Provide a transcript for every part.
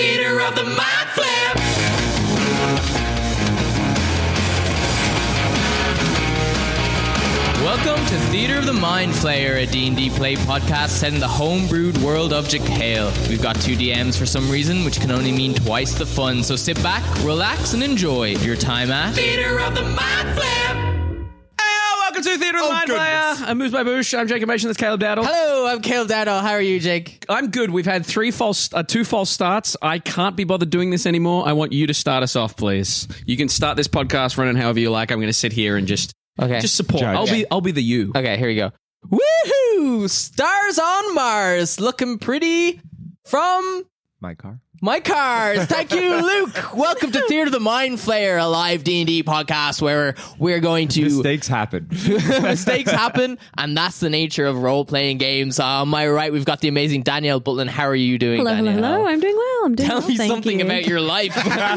of the mind flip. Welcome to Theater of the Mind Flayer, a D&D play podcast set in the homebrewed world of Jekyll. We've got two DMs for some reason, which can only mean twice the fun. So sit back, relax, and enjoy your time at Theater of the Mind Flip. Welcome to Theater of the Mind goodness. Flyer. I'm Moose by Bush. I'm Jacob Mason. That's Caleb Dowdle. Oh, Hello, I'm Caleb Dado. How are you, Jake? I'm good. We've had three false, uh, two false starts. I can't be bothered doing this anymore. I want you to start us off, please. You can start this podcast running however you like. I'm going to sit here and just, Okay. just support. Judge. I'll be, I'll be the you. Okay, here we go. Woohoo! Stars on Mars, looking pretty from My car. my cars. Thank you, Luke. Welcome to Theater of the Mind Flayer, a live D and D podcast where we're going to Mistakes happen. mistakes happen, and that's the nature of role playing games. Uh, on my right, we've got the amazing Danielle Butland. How are you doing, Hello, hello, Danielle? hello. I'm doing well. I'm doing Tell well. me thank something you. about your life. uh,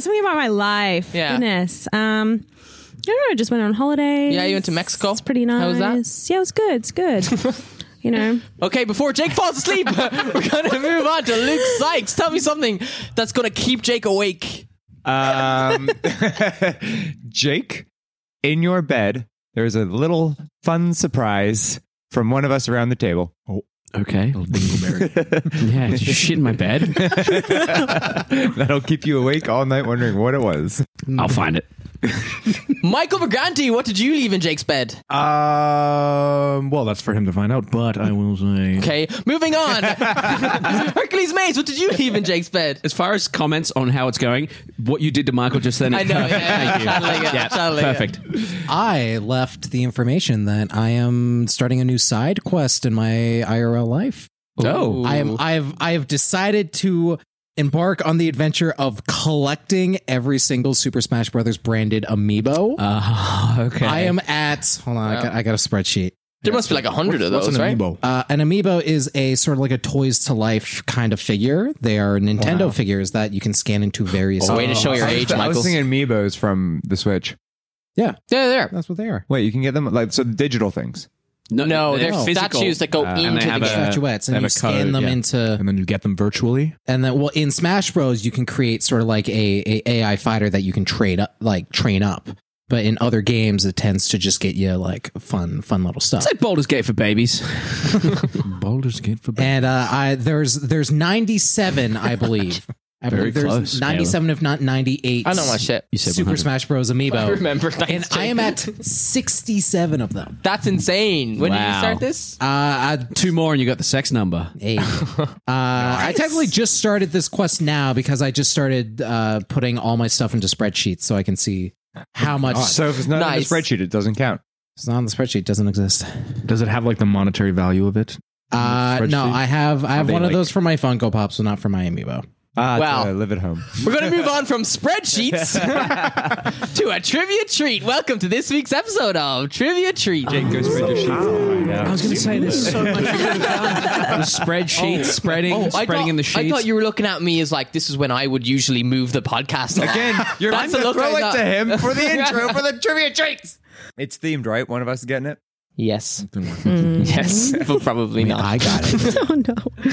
something about my life. Yeah. Goodness. Um, I don't know. I just went on holiday. Yeah, you went to Mexico? It's pretty nice. How was that? Yeah, it was good. It's good. you know, okay, before Jake falls asleep, we're going to move on to Luke Sykes. Tell me something that's going to keep Jake awake. Um, Jake, in your bed, there's a little fun surprise from one of us around the table. Okay. yeah. Did you shit in my bed? That'll keep you awake all night wondering what it was. I'll find it. Michael Berganti, what did you leave in Jake's bed? Um, well, that's for him to find out, but I will say. Okay, moving on. Hercules Maze, what did you leave in Jake's bed? As far as comments on how it's going, what you did to Michael just then. I know, yeah, yeah, Thank you. channeling it, yeah, channeling it. perfect. I left the information that I am starting a new side quest in my IRL life. Oh, I am I've I have decided to embark on the adventure of collecting every single Super Smash Brothers branded amiibo. Uh, Ah, okay. I am at hold on, I, got, I got a spreadsheet. There must be like a hundred of those, What's an right? amiibo? Uh, an amiibo is a sort of like a toys to life kind of figure. They are Nintendo figures that you can scan into various. uh, Way to show your age, I was Michael. thinking amiibos from the Switch. Yeah, They're there. that's what they are. Wait, you can get them like so digital things. No, they're statues that go and into they the have game. a- Statuettes, they and have you a scan code, them yeah. into And then you get them virtually. and then well in smash bros you can create sort of like a, a ai fighter that you can trade up like train up but in other games it tends to just get you like fun fun little stuff It's like Baldur's Gate for babies. Baldur's Gate for and uh i there's there's 97 i believe I Very believe there's close, 97 if not 98 I know my shit. You said super 100. smash bros I amiibo remember. Thanks, and i am Jake. at 67 of them That's insane. When did you Wow. start this? uh I, Two more and you got the sex number. Hey. Uh, I technically just started this quest now because I just started uh, putting all my stuff into spreadsheets so I can see Oh how much. So if it's not Nice. on the spreadsheet, it doesn't count. It's not on the spreadsheet; it doesn't exist. Does it have like the monetary value of it? Uh, no, Spreadsheet? I have I have they one of like- those for my Funko Pop, so not for my amiibo. Ah, Wow. Oh. I live at home. We're going to move on from spreadsheets to a trivia treat. Welcome to this week's episode of Trivia Treat. Jake, Go spread your sheets. I was going to say there's so much spreadsheets spreading, I spreading thought, in the I sheets. thought you were looking at me as like, this is when I would usually move the podcast. along. Again, you're That's the gonna look I throw it got. to him for the intro for the trivia treats. It's themed, right? One of us is getting it. Yes. Mm. Yes, but probably not. I got it. oh no.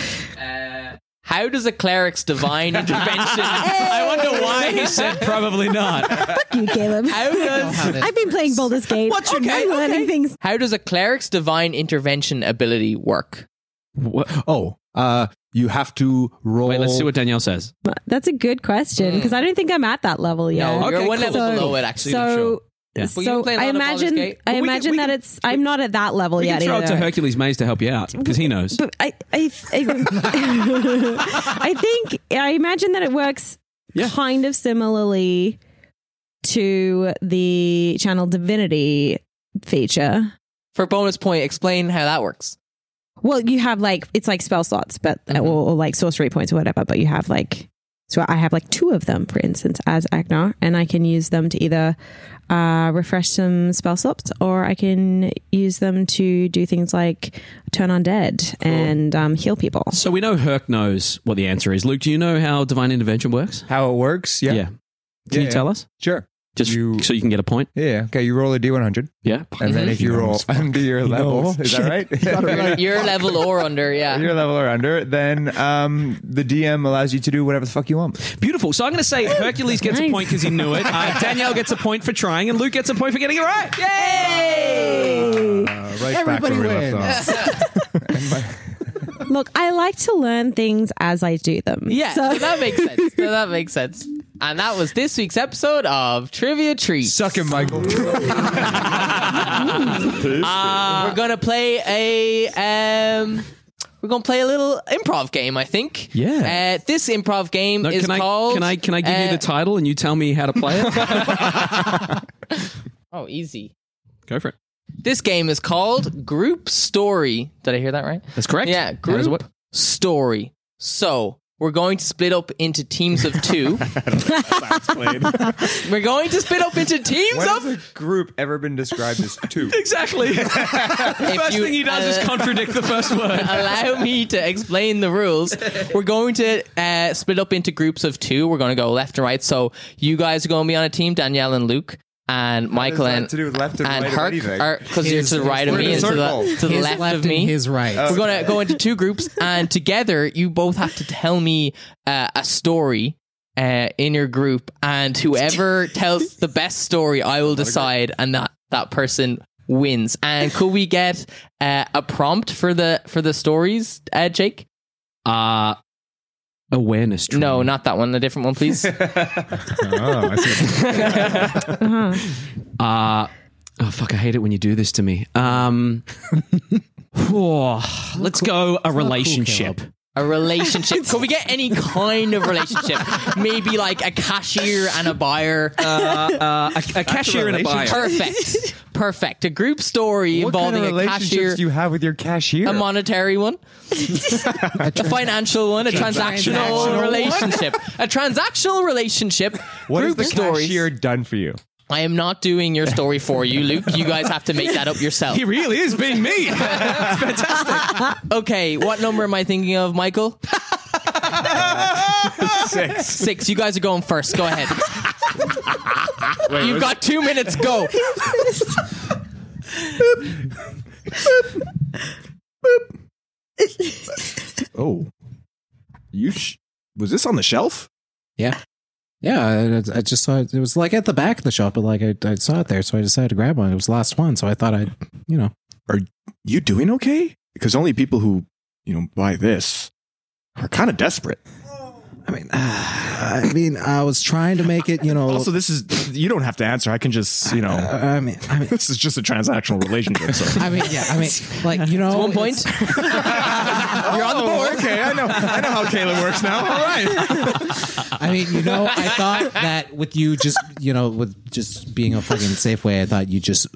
How does a cleric's divine intervention? I wonder why he said. probably not. Fuck you, Caleb. How does I've been playing Baldur's Gate. What's your I'm name? learning things. how does a cleric's divine intervention ability work? Oh, uh, you have to roll. Wait, let's see what Danielle says. That's a good question because I don't think I'm at that level yet. Mm. No, you're Okay, one cool. level So- below it. Actually, so. Yeah. Well, you've So been playing a I lot of Baldur's imagine Gate. I Well, we can- imagine we that can- it's I'm not at that level We yet can throw it to either. Hercules Maze to help you out because he knows. But I I I, I think I imagine that it works Yeah. kind of similarly to the channel divinity feature. for bonus point, explain how that works. Well, you have like it's like spell slots, but or, or like sorcery points or whatever. But you have like so I have like two of them, for instance, as Agnar, and I can use them to either uh, refresh some spell slots, or I can use them to do things like turn undead and um, heal people. So we know Herc knows what the answer is. Luke, do you know how divine intervention works? How it works? Can you tell us? Sure. Just You- so you can get a point. Yeah. Okay. You roll a d100, Yeah. and then if you roll under your level, knows. is that right? Your level or under, yeah. your level or under, then um, the DM allows you to do whatever the fuck you want. Beautiful. So I'm going to say Hercules gets a Nice. point because he knew it. Uh, Danielle gets a point for trying, and Luke gets a point for getting it right. Uh, right Everybody back where we wins. left off. Look, I like to learn things as I do them. Yeah, so So that makes sense. So that makes sense. And that was this week's episode of Trivia Treat. Suck him, Michael. we're gonna play a um, we're gonna play a little improv game. I think. Yeah. Uh, this improv game No, is can I called. can I can I give you uh, the title and you tell me how to play it? oh, easy. Go for it. This game is called Group Story. Did I hear that right? That's correct. Yeah, That is group what- story. So we're going to split up into teams of two. we're going to split up into teams When of. has a group ever been described as two? Exactly. First you- thing he does uh, is contradict the first word. Allow me to explain the rules. We're going to uh, split up into groups of two. We're going to go left and right. So you guys are going to be on a team, Danielle and Luke, and Michael that and to do with left and and right of anything? Herc, because you're to the right of we're in me a and to the circle. to the His left, of and me. his right. Oh. We're going to go into two groups, and together you both have to tell me uh, a story uh, in your group, and whoever tells the best story, I will decide, and that that person wins. And could we get uh, a prompt for the for the stories, uh, Jake? Uh awareness. training. No, not that one. A different one, please. Oh, I see. Uh oh fuck, I hate it when you do this to me. Um whoa, let's go a relationship. A relationship. Could we get any kind of relationship? Maybe like a cashier and a buyer. uh, a, a cashier and a buyer. Perfect. Perfect. A group story what kind involving of a relationships cashier, do you have with your cashier? a monetary one, a financial one, a transactional, relationship, a transactional relationship. what has group the stories. cashier done for you? I am not doing your story for you, Luke. You guys have to make that up yourself. He really is being me. Okay, what number am I thinking of, Michael? Six. Six. You guys are going first. Go ahead. You've got two minutes. Go. Oh, you sh- was this on the shelf? Yeah. Yeah, I, I just saw it. It was like at the back of the shop, but like I, I saw it there, so I decided to grab one. It was the last one, so I thought I'd, you know. You doing okay? Because only people who you know buy this are kind of desperate. I mean, uh, I mean, I was trying to make it, you know. Also, this is you don't have to answer. I can just you know. I mean, I mean, this is just a transactional relationship. So. I mean, yeah, I mean, like you know, One point. You're on the board. okay, I know. I know how Caleb works now. All right. I mean, you know, I thought that with you just, you know, with just being a fucking Safeway, I thought you just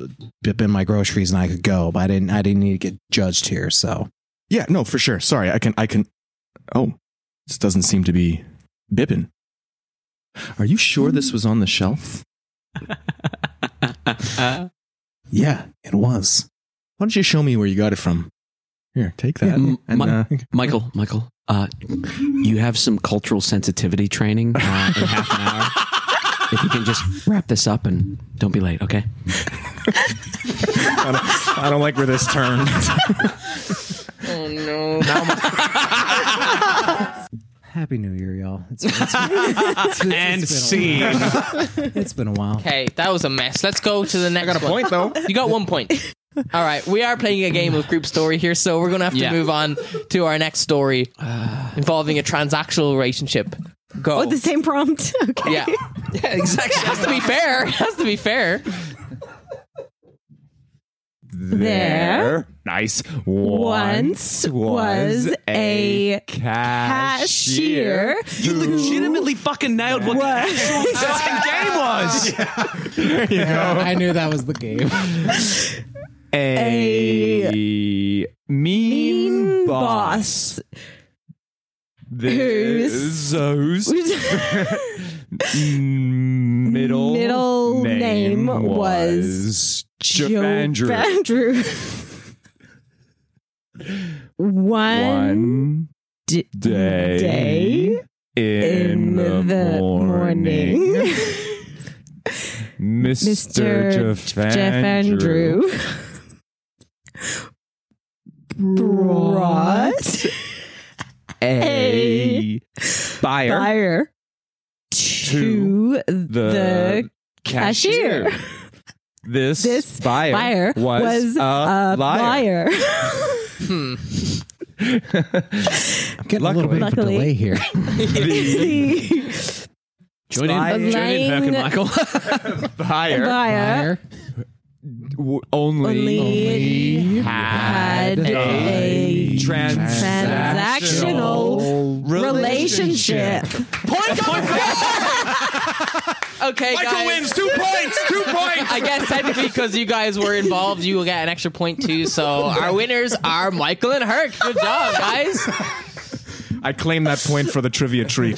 bip in my groceries and I could go, but I didn't. I didn't need to get judged here. So Yeah. No, for sure. Sorry. I can. I can. Oh, this doesn't seem to be bipping. Are you sure this was on the shelf? yeah, it was. Why don't you show me where you got it from? Here, take that. M- and, Mi- uh, Michael, Michael, uh, you have some cultural sensitivity training uh, in half an hour. If you can just wrap this up and don't be late, okay? I, don't, I don't like where this turned. Oh no. Happy New Year, y'all. It's, it's, it's, it's, it's been see. A while. It's been a while. Okay, that was a mess. Let's go to the next. I got a Point though. You got one point. All right, we are playing a game of group story here, so we're gonna have to Yeah. move on to our next story Uh, involving a transactional relationship. Go. the same prompt. Okay. yeah. yeah, exactly. has to be fair. has to be fair. There Nice. once was a cashier. You legitimately fucking nailed what the actual fucking game was. I knew that was the game. A, mean boss. boss. This whose Mm, middle Middle name was Jafandrew. Andrew. One, One d- day, in, the, morning. Mr. Jeff, Andrew. brought a buyer, buyer to to the cashier. This, This buyer, buyer was, was a, a liar. liar. I'm getting a little bit of a Luckily. delay here. The Join in, Lying- join in, Herc and Michael. buyer buyer Liar. w- only, only had had a transactional relationship. Okay, guys. two points. Two points. I guess technically because you guys were involved, you will get an extra point too. So our winners are Michael and Herc. Good job, guys. I claim that point for the trivia treat.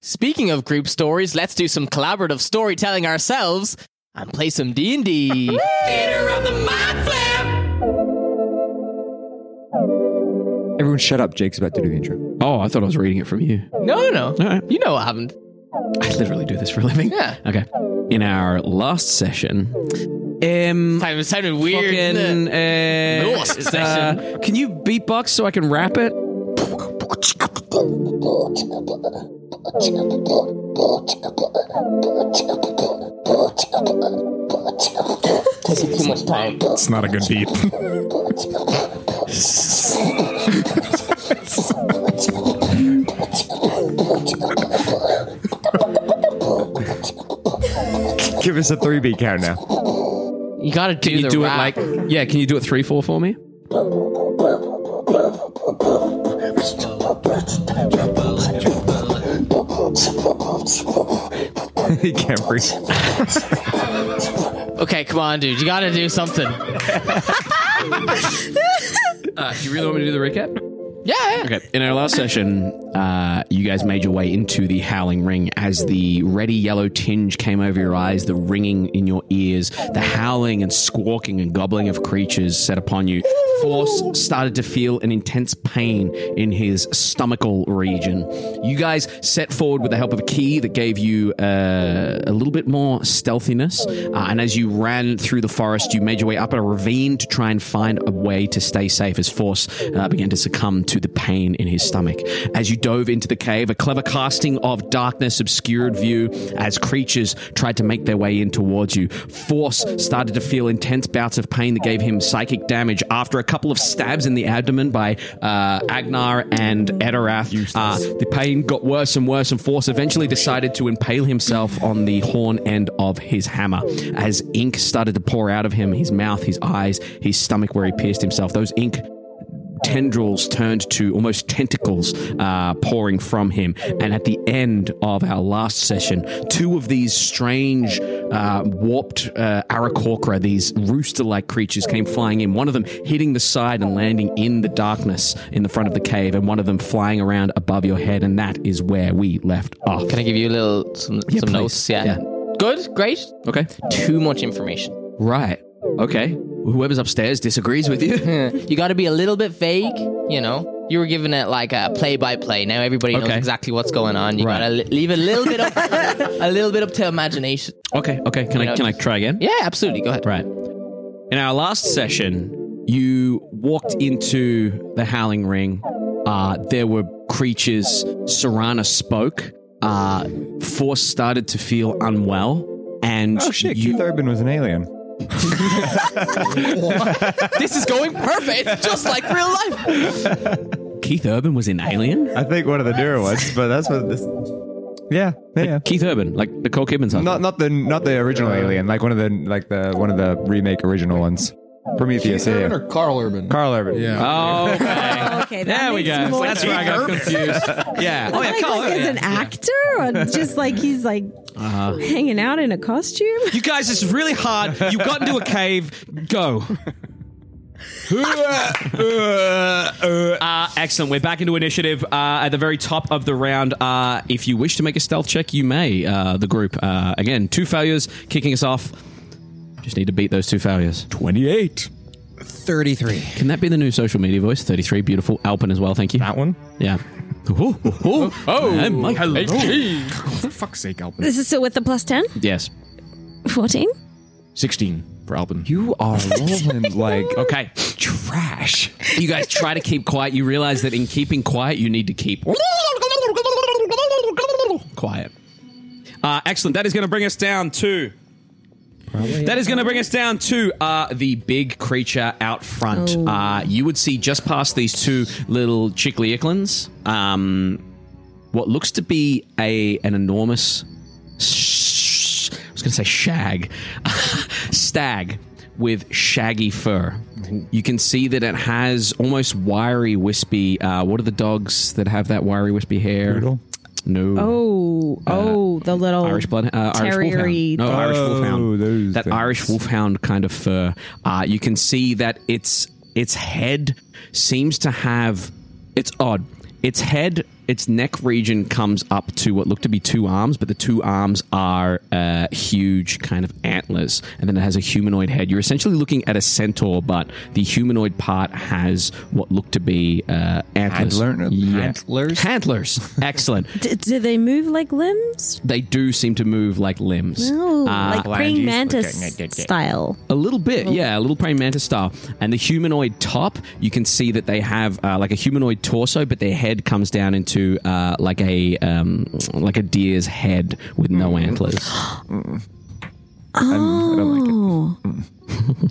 Speaking of group stories, let's do some collaborative storytelling ourselves and play some D and D. Everyone, shut up. Jake's about to do the intro. oh, I thought I was reading it from you. No, no, All right. no. You know what happened. I literally do this for a living. Yeah. Okay. In our last session, um, Time it sounded weird. fucking, didn't it? uh, Last uh, session. can you beatbox so I can rap it? Too much time. It's not a good beat. Give us a three beat count now. You gotta do Can you the do rap. it like yeah? Can you do it three four for me? he can't breathe. Okay, come on, dude. You gotta do something. Yeah, Uh, do you really want me to do the recap? yeah. Okay. In our last session, uh, you guys made your way into the Howling Ring as the ready yellow tinge came over your eyes, the ringing in your ears, the howling and squawking and gobbling of creatures set upon you. Force started to feel an intense pain in his stomachal region. You guys set forward with the help of a key that gave you uh, a little bit more stealthiness. Uh, and as you ran through the forest, you made your way up a ravine to try and find a way to stay safe as Force uh, began to succumb to the pain in his stomach. As you dove into the cave, a clever casting of darkness obscured view as creatures tried to make their way in towards you. Force started to feel intense bouts of pain that gave him psychic damage. After a couple of stabs in the abdomen by uh, Agnar and Edorath, uh, the pain got worse and worse, and Force eventually decided to impale himself on the horn end of his hammer. As ink started to pour out of him, his mouth, his eyes, his stomach, where he pierced himself, those ink tendrils turned to almost tentacles uh, pouring from him. And at the end of our last session, two of these strange, uh, warped uh, Arakocra, these rooster like creatures, came flying in. One of them hitting the side and landing in the darkness in the front of the cave, and one of them flying around above your head. And that is where we left off. Can I give you a little some, some please. notes? Yeah. Yeah. Good. Great. Okay. Too much information. Right. Okay. Whoever's upstairs disagrees with you. you got to be a little bit vague, you know. You were giving it like a play by play. Now everybody knows Okay. exactly what's going on. You Right. got to li- leave a little bit up a little bit up to imagination. Okay. Okay. Can I can I try again? Yeah, absolutely. Go ahead. Right. In our last session, you walked into the Howling Ring. Uh, there were creatures. Serana spoke. Uh, Force started to feel unwell, and Oh shit! you. Keith Urban was an alien. This is going perfect, just like real life. Keith Urban was in Alien. I think one of the newer ones, but that's what this. Yeah, yeah. Uh, Keith Urban, like Nicole Kidman's husband. Not not the not the original Alien, like one of the like the one of the remake original ones. Prometheus. Yeah, yeah. or Carl Urban? Carl Urban. Uh, yeah. Oh, Okay, there we go. That's where I got confused. Yeah. Oh yeah, Like, Carl like Urban. as an actor, or just like he's like hanging out in a costume. You guys, this is really hard. You got into a cave. Go. uh, excellent. We're back into initiative. Uh, at the very top of the round, uh, if you wish to make a stealth check, you may. Uh, the group uh, again, two failures, kicking us off. Just need to beat those two failures. 28. 33. Can that be the new social media voice? Thirty-three, beautiful. Alpin as well. Thank you. That one? Yeah. Oh, oh, oh, hello. For fuck's sake, Alvin. This is still with the plus ten. Yes. 14? 16 for Albin. You are rolling like Okay. trash. You guys try to keep quiet. You realize that in keeping quiet, you need to keep quiet. Uh, excellent. That is going to bring us down to. That is going to bring us down to uh, the big creature out front. Oh. Uh, you would see just past these two little chickly icklins, um, what looks to be a an enormous sh- I was going to say shag stag with shaggy fur. Mm-hmm. You can see that it has almost wiry, wispy. Uh, what are the dogs that have that wiry, wispy hair? No. Oh, oh, the little Uh, Irish blood, uh, Irish terriery wolfhound. No, Irish Oh, wolfhound. those That things. Irish wolfhound kind of fur. Uh, you can see that its its head seems to have. It's odd. Its head, its neck region comes up to what look to be two arms, but the two arms are uh, huge kind of antlers, and then it has a humanoid head. You're essentially looking at a centaur, but the humanoid part has what look to be uh, antlers. Antler- Yeah. antlers? Antlers. Excellent. D- do they move like limbs? they do seem to move like limbs. No, Uh, like praying phalanges. mantis style. A little bit, yeah, a little praying mantis style. And the humanoid top, you can see that they have uh, like a humanoid torso, but their head comes down into uh, like a um, like a deer's head with no antlers. I don't like it.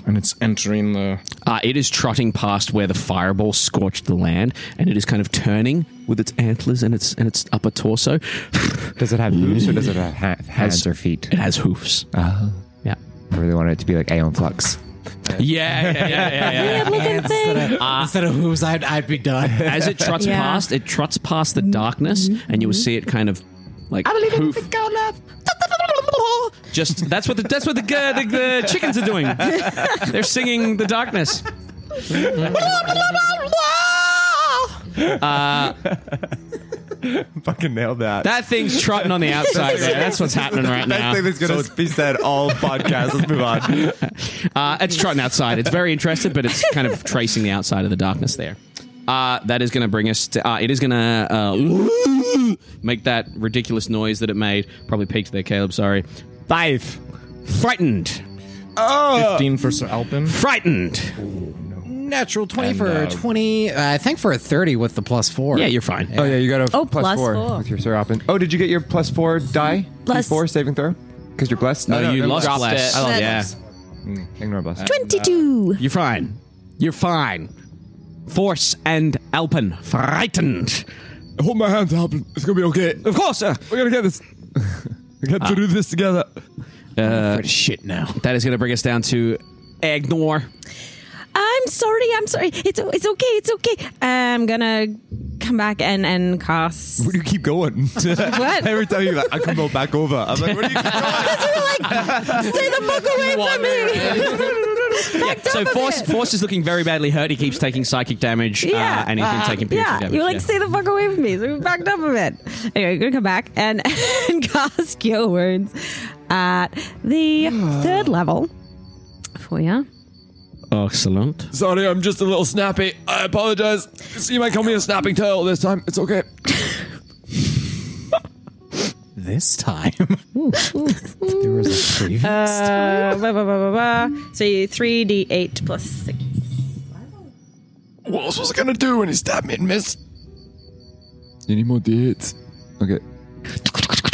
And it's entering the. Uh, it is trotting past where the fireball scorched the land, and it is kind of turning with its antlers and its and its upper torso. Oh. Does it have hooves or does it have ha- hands or feet? it has hoofs. Yeah. I really want it to be like Aeon Flux. Yeah, yeah, yeah, yeah, yeah. Uh, Weird looking thing. Instead of, instead of hooves, I'd, I'd be done. as it trots Yeah. past, it trots past the darkness, and you will see it kind of like hoof. Just that's what the that's what the uh, the, the chickens are doing. They're singing the darkness. Fucking nailed that. That thing's trotting on the outside there. That's what's happening right now. going to be said all podcasts. Let's move on. Uh, it's trotting outside. It's very interested, but it's kind of tracing the outside of the darkness there. Uh, that is going to bring us to. Uh, it is going to uh, make that ridiculous noise that it made. Probably peaked there, Caleb. Sorry. Five. Frightened. 15 for Sir Alpin. Frightened. Natural 20 for 20, uh, I think for a 30 with the plus four. Yeah, you're fine. Oh, yeah, you got a Oh, plus plus four, four. with your seropin. Oh, did you get your plus four die? Plus- four saving throw? Because you're blessed? No, you never lost mind. bless. it. I lost yeah, bless. Ignore blessed. 22. you're fine. You're fine. Force and Alpen frightened. Hold my hands, Alpin. It's gonna be okay. Of course, uh, We're gonna get this. We got to do this together. Pretty shit now. Uh, that is going to bring us down to ignore. I'm sorry. I'm sorry. It's it's okay. It's okay. I'm gonna come back and and cast. Where do you keep going? What? Every time you're like, I can go back over. I'm like, what do you keep going? Stay the fuck away from me. Back So up a force, bit. force is looking very badly hurt. He keeps taking psychic damage, Yeah. uh, and he's been taking piercing yeah, damage. you're like yeah. stay the fuck away from me. So we backed up a bit. Anyway, gonna come back and, and cast cure words at the third level for you. Excellent. Sorry, I'm just a little snappy. I apologize. So you might call me a snapping turtle this time. It's okay. This time. there was a previous. Uh, blah, blah, blah, blah, blah. So you three d eight plus six. What else was I gonna do when he stabbed me and missed? You need more d8s. Okay.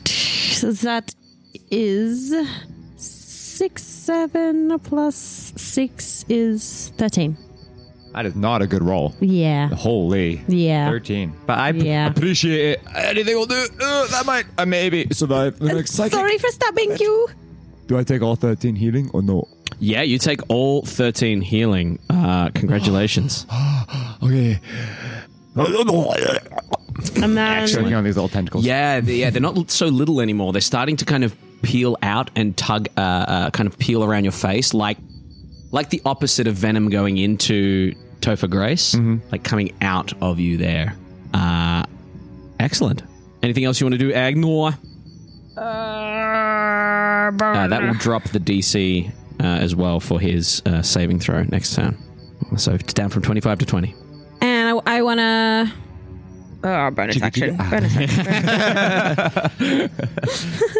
So that is six seven plus six is thirteen. That is not a good roll. Yeah, Holy. yeah, 13. But I yeah. Appreciate it. Anything will do. Uh, that might, I maybe survive the next psychic. Sorry for stabbing you. Do I take all 13 healing or no? Yeah, you take all thirteen healing. Uh, congratulations. Oh, Okay. And then choking on these little tentacles. Yeah, they, yeah, they're not l- so little anymore. They're starting to kind of peel out and tug, uh, uh, kind of peel around your face, like like the opposite of venom going into Topher Grace, like coming out of you there. Uh, excellent. Anything else you want to do, Agnor? Uh, that will drop the DC uh, as well for his uh, saving throw next turn. So it's down from twenty-five to twenty. and I, I want to Oh, bonus action. Bonus action.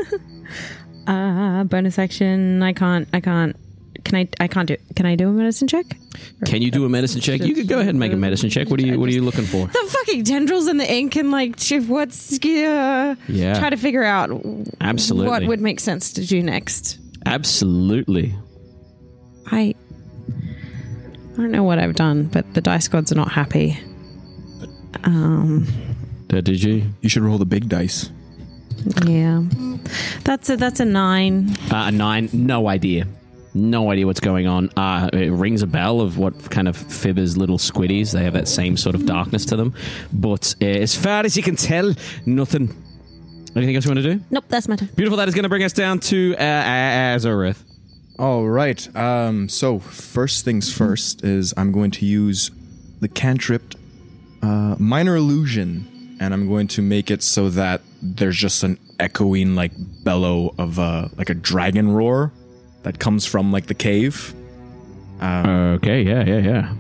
uh, bonus action. I can't. I can't. Can I? I can't do. Can I do a medicine check? Can you do a medicine check? You could go ahead and make a medicine check. What are you What are you looking for? The fucking tendrils and the ink and like ch- what's uh, Yeah. Try to figure out Absolutely. what would make sense to do next. Absolutely. I. I don't know what I've done, but the dice gods are not happy. Um. Uh, Did you? You should roll the big dice. Yeah. That's a that's a nine. Uh, a nine. No idea. No idea what's going on. Uh, it rings a bell of what kind of fibbers little squiddies. They have that same sort of darkness to them. But uh, as far as you can tell, nothing. Anything else you want to do? Nope, that's my turn. Beautiful. That is going to bring us down to uh, Azareth. All right. Um, so first things first is I'm going to use the cantrip uh, minor illusion, and I'm going to make it so that there's just an echoing like bellow of uh, like a dragon roar that comes from like the cave. Okay. Yeah. Yeah. Yeah.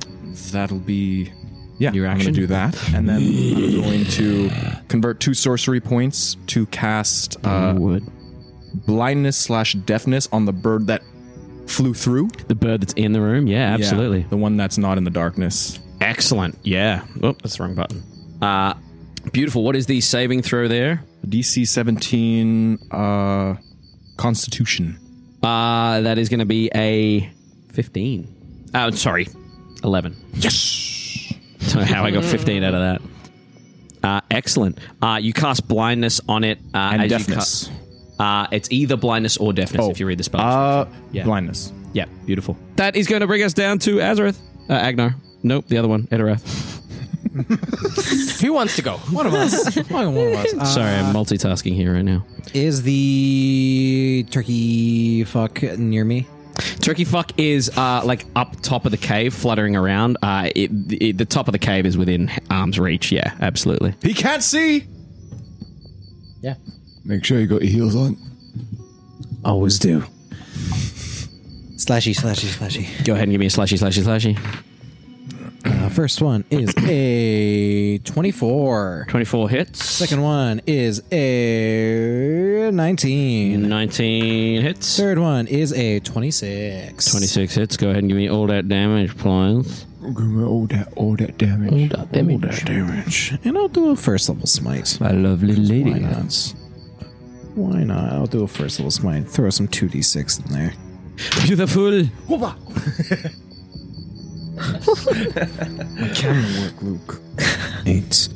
That'll be yeah. Your I'm gonna action? do that, and then I'm going to convert two sorcery points to cast uh, Wood. Mm-hmm. blindness slash deafness on the bird that flew through. The bird that's in the room. Yeah. Yeah, Absolutely. the one that's not in the darkness. Excellent. Yeah. Oh, that's the wrong button. Uh, beautiful. What is the saving throw there? DC 17 uh Constitution. Uh, that is going to be a 15. Oh, sorry. 11. Yes. Don't know how I got 15 out of that. Uh, excellent. Uh, you cast blindness on it. Uh, And as you deafness. ca- uh, it's either blindness or deafness if you read the spell. Uh Yeah. blindness. yeah, beautiful. That is going to bring us down to Azareth. Uh, Agnar. Nope, the other one, Edirath. Who wants to go? One of us. One of us. Uh, Sorry, I'm multitasking here right now. Is the turkey fuck near me? Turkey fuck is uh, like up top of the cave, fluttering around. Uh, it, it, the top of the cave is within arm's reach. Yeah, absolutely. He can't see. Yeah. Make sure you got your heels on. Always do. Slashy, slashy, slashy. Go ahead and give me a slashy, slashy, slashy. Uh, first one is a 24. 24 hits. Second one is a 19. 19 hits. Third one is a 26. 26 hits. Go ahead and give me all that damage, please. All that all that damage. All that damage. damage. And I'll do a first level smite. My lovely Why not? Why not? I'll do a first level smite. Throw some 2d6 in there. Beautiful. Work, Luke. Eight.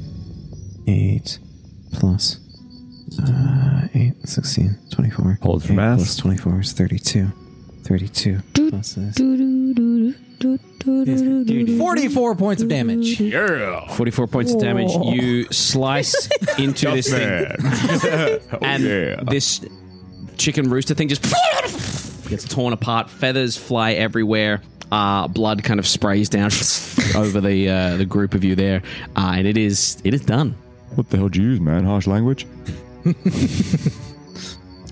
Eight plus. Uh, 8, 16, 24. Hold for Eight math. Plus 24 is 32. 32 plus this. 44 points of damage. 44 points of damage. You slice into this thing, and this chicken rooster thing just gets torn apart. Feathers fly everywhere. Uh, blood kind of sprays down over the uh, the group of you there, uh, and it is it is done. What the hell do you use, man? Harsh language?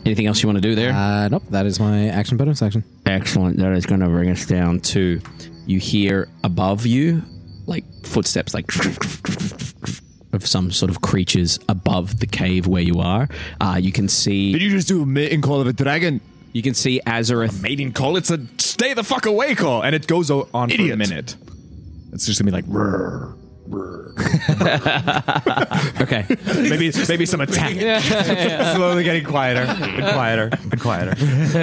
Anything else you want to do there? Uh, nope, that is my action bonus action. Excellent. That is going to bring us down to you hear above you, like footsteps, like of some sort of creatures above the cave where you are. Uh, you can see, you just do a mating call of a dragon? you can see Azareth. Mating call. It's a stay the fuck away call, and it goes o- on for a Idiot. minute. It's just gonna be like "Rrr, rrr." Okay, maybe maybe some attack. Slowly getting quieter and quieter and quieter.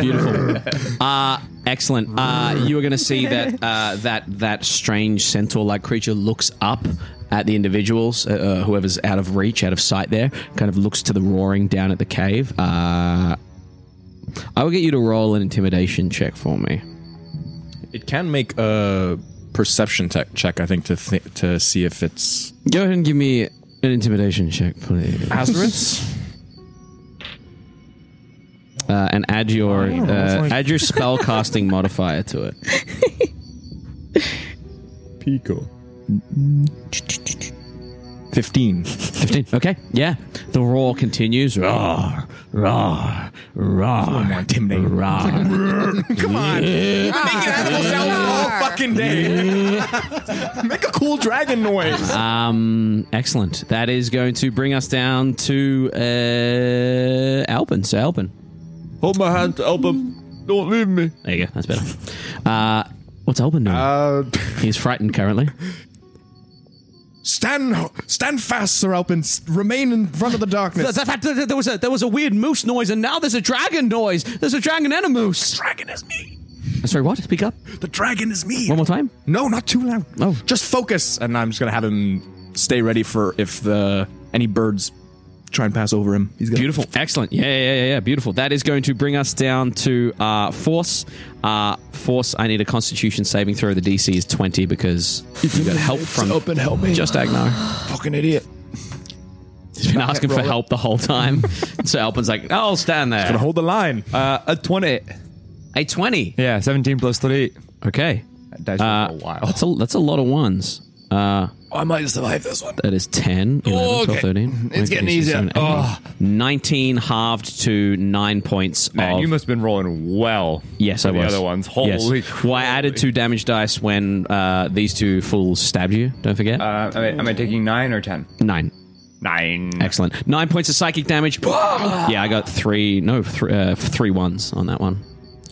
beautiful. Uh, excellent. Uh, you are going to see that uh, that that strange centaur-like creature looks up. At the individuals, uh, uh, whoever's out of reach, out of sight, there kind of looks to the roaring down at the cave. Uh, I will get you to roll an intimidation check for me. It can make a perception tech check, I think, to th- to see if it's Go ahead and give me an intimidation check, please. Azarus. Uh, and add your uh, add your spell casting modifier to it. Pico. Fifteen. Fifteen. Okay. Yeah. The roar continues. Roar, raw, raw. more intimidating. Raw. Come on. You're making animal sounds all fucking day. Make a cool dragon noise. um, excellent. That is going to bring us down to uh, Alpin. So Alpin, Hold my hand to Album. Don't leave me. there you go. That's better. Uh, what's Alpin doing? Uh, He's frightened currently. stand, stand fast, Sir Alpin. S- Remain in front of the darkness. Th- th- th- there was a there was a weird moose noise, and now there's a dragon noise. There's a dragon and a moose. dragon is me. Sorry, what? Speak up The dragon is me. one more time. No, not too loud. Oh. just focus. And I'm just gonna have him stay ready for if the any birds try and pass over him. He's gonna Beautiful, excellent. Yeah, yeah, yeah, yeah. Beautiful. That is going to bring us down to uh, force. Uh, force. I need a Constitution saving throw. The DC is twenty because you got help from Open, help me. just Agnar. fucking idiot. He's been asking for help the whole time. so Alpin's like, "I'll stand there." hold the line. Uh, a 20. A twenty. Yeah, 17 plus oh, 3. Okay. Dice Uh, roll a while. that's a that's a lot of ones. Uh, Oh, I might survive this one. Oh, that is 10, 11, 12, okay. 13. It's getting easier. Oh. 19 halved to 9 points Man, of you must have been rolling well. Yes, I for was. The other ones. Holy. Yes. Well, I added two damage dice when uh, these two fools stabbed you. Don't forget. Uh, am, I, am I taking 9 or 10? Nine. 9. Excellent. Nine points of psychic damage. yeah, I got three. No, three, uh, three ones on that one.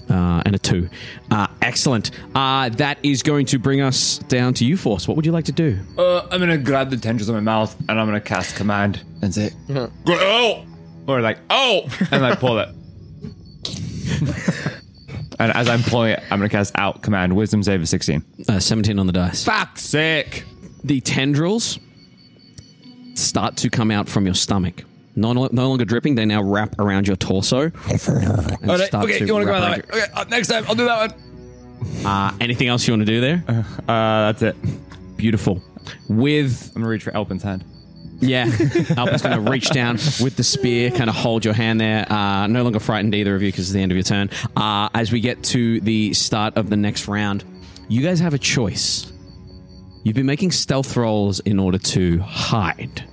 Uh, and a two. Uh, excellent. Uh, that is going to bring us down to you, Force. What would you like to do? Uh, I'm gonna grab the tendrils of my mouth and I'm gonna cast command and say, "Go oh!" Or like, "Oh!" And I pull it. and as I'm pulling it, I'm gonna cast out command. Wisdom save of 16. Uh, 17 on the dice. Fuck sick. the tendrils start to come out from your stomach. No, no no longer dripping, they now wrap around your torso. and All right, start Oh, okay, to you wanna go wrap that around way? Okay, uh, next time I'll do that one. your- Uh, anything else you want to do there? Uh, that's it. Beautiful. With I'm gonna reach for Elpin's hand. yeah, Albert's going to reach down with the spear, kind of hold your hand there. Uh, no longer frightened either of you because it's the end of your turn. Uh, as we get to the start of the next round, you guys have a choice. You've been making stealth rolls in order to hide.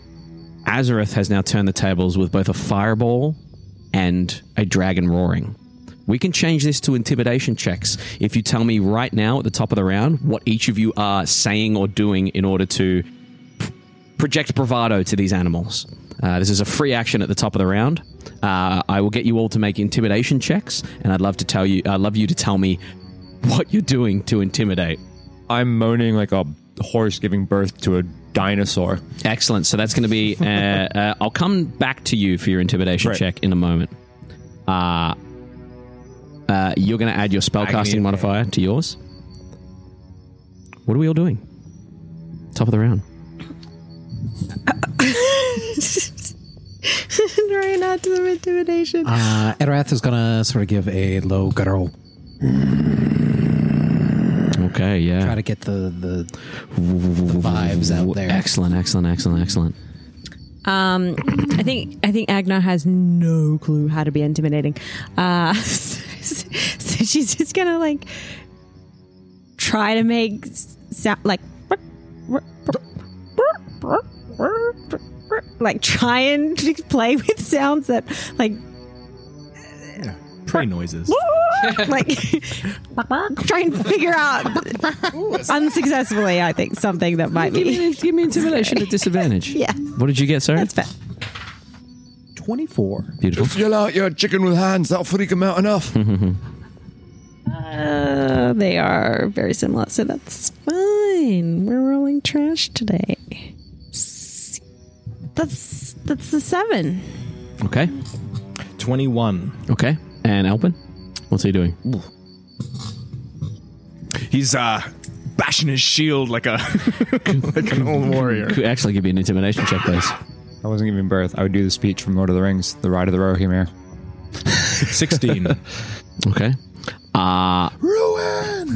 Azareth has now turned the tables with both a fireball and a dragon roaring. We can change this to intimidation checks if you tell me right now at the top of the round what each of you are saying or doing in order to project bravado to these animals. Uh, this is a free action at the top of the round. Uh, I will get you all to make intimidation checks, and I'd love to tell you. I'd love you to tell me what you're doing to intimidate. I'm moaning like a horse giving birth to a dinosaur. Excellent. So that's going to be. Uh, uh, I'll come back to you for your intimidation Right. check in a moment. Uh, uh, you're going to add your spellcasting modifier to yours. What are we all doing? Top of the round. Right now to the intimidation. Uh, Edorath is gonna sort of give a low guttural, Okay. Yeah. try to get the the, the vibes out there. Excellent. Excellent. Excellent. Excellent. Um, I think I think Agnar has no clue how to be intimidating. Uh, so, so she's just gonna like try to make s- sound like like try and play with sounds that like Prey noises. like try and figure out unsuccessfully. I think something that might Give be me, give me intimidation at disadvantage. Yeah. What did you get, sir? that's fair. Twenty four. Beautiful. Yell out, you're a chicken with hands. That'll freak him out Hmm. enough. Uh, they are very similar, so that's fine. We're rolling trash today. S- That's that's the seven. Okay. Twenty-one. Okay. And Alpin, what's he doing? He's uh bashing his shield like a like an old warrior. Could actually give me an intimidation check, please. I wasn't giving birth. I would do the speech from Lord of the Rings, the Ride of the Rohirrim. Sixteen. Okay. Uh Ruin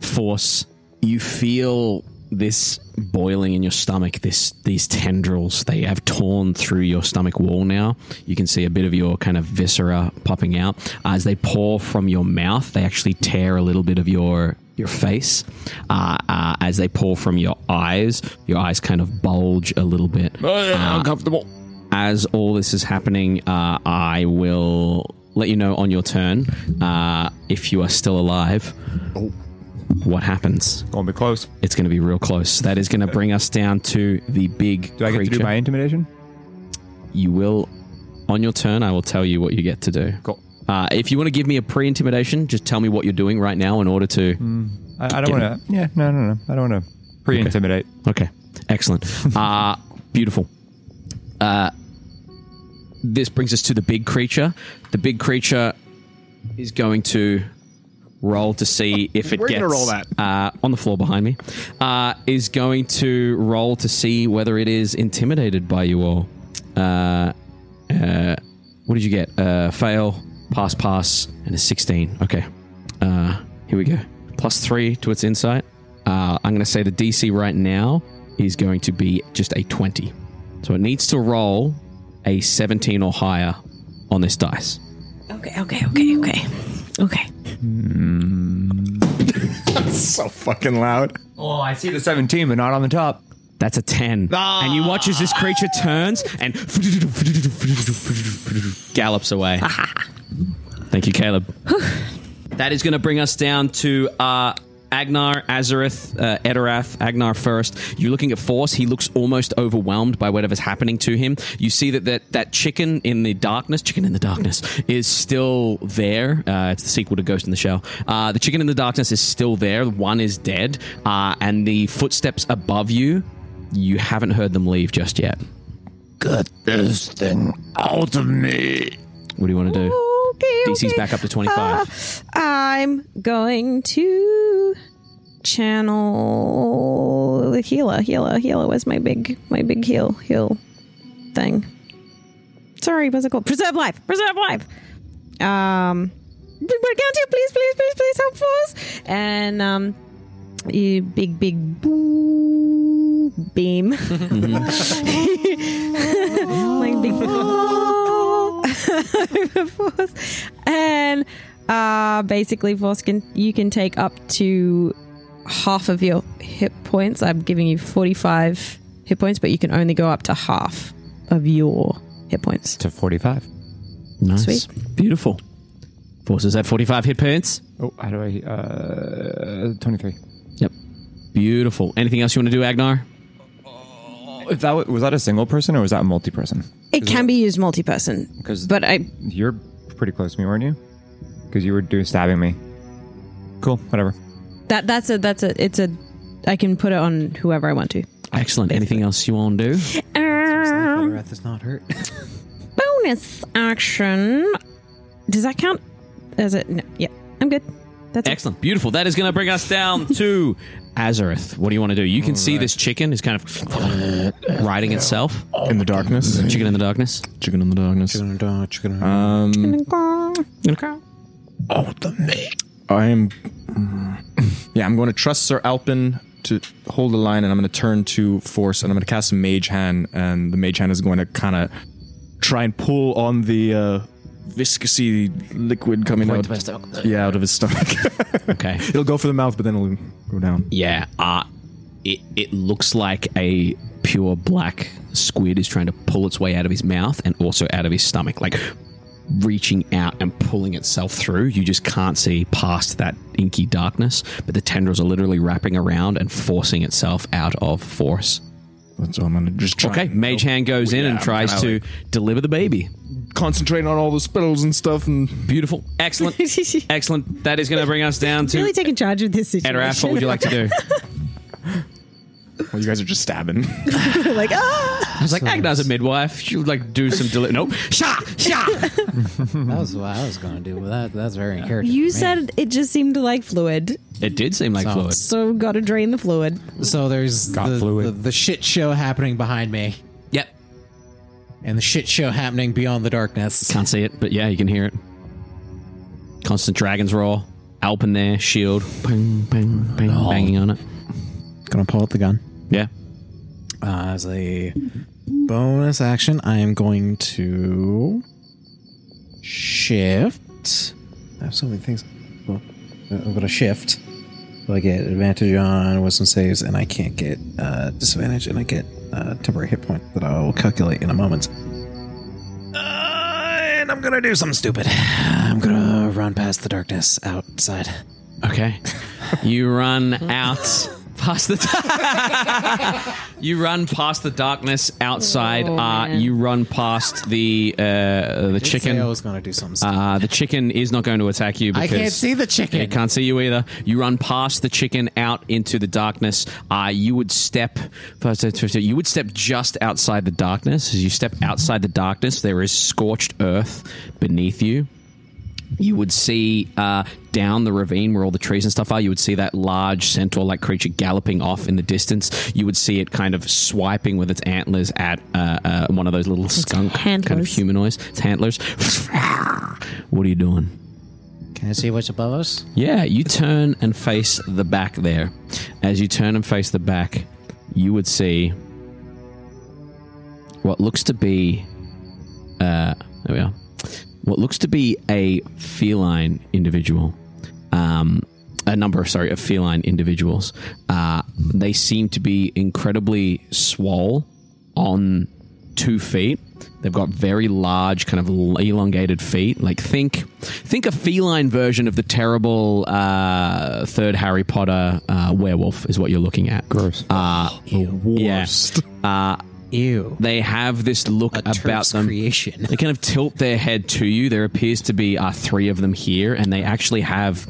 Force. You feel this boiling in your stomach, this these tendrils. They have torn through your stomach wall now. You can see a bit of your kind of viscera popping out. As they pour from your mouth, they actually tear a little bit of your your face. Uh, uh, as they pour from your eyes, your eyes kind of bulge a little bit. Uh, Oh, yeah, uncomfortable. as all this is happening, uh, I will let you know on your turn uh, if you are still alive. What happens? Gonna be close. It's going to be real close. That is going to bring us down to the big Do I get creature. to do my intimidation? you will, on your turn, I will tell you what you get to do. Cool. Uh, if you want to give me a pre-intimidation, just tell me what you're doing right now in order to. I, I don't want to. Yeah, no, no, no. I don't want to pre-intimidate. Okay, excellent. Uh, beautiful. Uh, this brings us to the big creature. The big creature is going to roll to see if it We're gets gonna roll that. uh, on the floor behind me. Uh, is going to roll to see whether it is intimidated by you all. Uh, uh, what did you get? Uh, fail, pass, pass, and a sixteen. Okay. Uh, here we go. Plus three to its insight. Uh, I'm going to say the DC right now is going to be just a 20. So it needs to roll a 17 or higher on this dice. Okay, okay, okay, okay. Okay. So fucking loud. Oh, I see the 17, but not on the top. That's a 10. And you watch as this creature turns and gallops away. Thank you, Caleb. that is going to bring us down to uh, Agnar, Azareth, uh, Edorath. Agnar first. You're looking at Force. He looks almost overwhelmed by whatever's happening to him. You see that that, that chicken in the darkness, chicken in the darkness, is still there. Uh, it's the sequel to Ghost in the Shell. Uh, the chicken in the darkness is still there. One is dead. Uh, and the footsteps above you, you haven't heard them leave just yet. Get this thing out of me. What do you want to do? Okay. DC's okay. Uh, back up to 25. I'm going to channel the healer. Healer. Healer was my big my big heal heal thing. Sorry, what's it called? Preserve life. Preserve life. Um we're going to please, please, please, please help us. And um you big big boo beam. Mm-hmm. like big force. And uh, basically, force can you can take up to half of your hit points. I'm giving you 45 hit points, but you can only go up to half of your hit points. To 45. Nice. Sweet. Beautiful. Forces at 45 hit points. Oh, how do I... Uh, 23. Yep. Beautiful. Anything else you want to do, Agnar? If that wa- was that a single person or was that a multi-person? It can be used multi-person, 'Cause- but I You're pretty close to me, weren't you? Because you were doing stabbing me. Cool, whatever. that that's a that's a it's a I can put it on whoever I want to. Excellent. Anything else you want to do? Um, Breath does not hurt. bonus action. Does that count? Is it? No. Yeah, I'm good. That's it. Excellent. Beautiful. That is going to bring us down to Azareth. What do you want to do? You can see this chicken is kind of riding itself. In the darkness. Chicken in the darkness. Chicken in the darkness. uh, Uh, Um, I am. Yeah, I'm going to trust Sir Alpin to hold the line, and I'm going to turn to Force, and I'm going to cast Mage Hand, and the Mage Hand is going to kind of try and pull on the uh, viscousy liquid coming out. Yeah, out of his stomach. Okay. it'll go for the mouth, but then it'll go down. Yeah, uh, it it looks like a pure black squid is trying to pull its way out of his mouth and also out of his stomach, like reaching out and pulling itself through. You just can't see past that inky darkness, but the tendrils are literally wrapping around and forcing itself out of force. That's all I'm going to just try. Okay, Mage Hand goes in and tries to deliver the baby. Concentrating on all the spells and stuff, and Beautiful, excellent, excellent. That is going to bring us down to really taking charge of this situation. Edrath. What would you like to do? well, you guys are just stabbing. like, ah! I was like, Agnar's a midwife. She would like do some deli- nope. Sha sha. That was what I was going to do. Well, that that's very encouraging. You for me. said it just seemed like fluid, It did seem like So- fluid. so gotta drain the fluid. so. There's the, fluid. the the shit show happening behind me, Yep. and the shit show happening beyond the darkness. Can't see it, but yeah, you can hear it. Constant dragons roar. Alpin there, shield. Bang, bang, bang, Oh. banging on it. Gonna pull out the gun. Yeah. Uh, as a bonus action, I am going to shift. I have so many things. Well, I'm going to shift. So I get advantage on wisdom saves, and I can't get uh, disadvantage, and I get uh, temporary hit point that I will calculate in a moment. Uh, gonna do something stupid. I'm gonna run past the darkness outside. Okay. you run out past the. you run past the darkness outside. Oh, uh, man. you run past the uh, the Say I chicken. was gonna do something. Stupid. Uh, the chicken is not going to attack you I because can't see the chicken. It can't see you either. You run past the chicken out into the darkness. Uh, you would step first. first, You would step just outside the darkness. As you step outside the darkness, there is scorched earth beneath you. You would see uh, down the ravine where all the trees and stuff are. You would see that large centaur-like creature galloping off in the distance. You would see it kind of swiping with its antlers at uh, uh, one of those little skunk kind of antlers. humanoids. Its antlers. what are you doing? Can I see what's above us? Yeah, you turn and face the back there. As you turn and face the back, you would see what looks to be uh there we are. What looks to be a feline individual. Um a number, sorry, of feline individuals. Uh, they seem to be incredibly swole on two feet. They've got very large, kind of elongated feet. Like think, think a feline version of the terrible uh, third Harry Potter uh, werewolf is what you're looking at. Gross. Uh, worst. Uh, Ew. they have this look about turf's them. creation. They kind of tilt their head to you. There appears to be uh, three of them here, and they actually have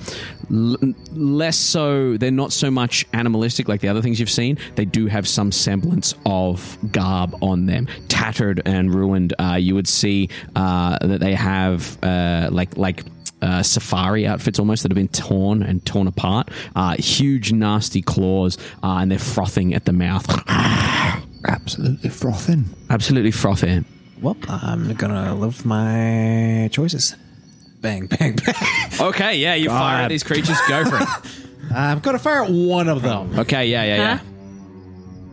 l- less so. They're not so much animalistic like the other things you've seen. They do have some semblance of garb on them, tattered and ruined. Uh, you would see uh, that they have uh, like like uh, safari outfits almost that have been torn and torn apart. Uh, huge, nasty claws, uh, and they're frothing at the mouth. Absolutely frothing. Absolutely frothing. Well, I'm gonna live my choices. Bang, bang, bang. Okay, yeah, you fire at these creatures. Go for it. I'm gonna fire at one of them. Okay, yeah, yeah, yeah. Huh?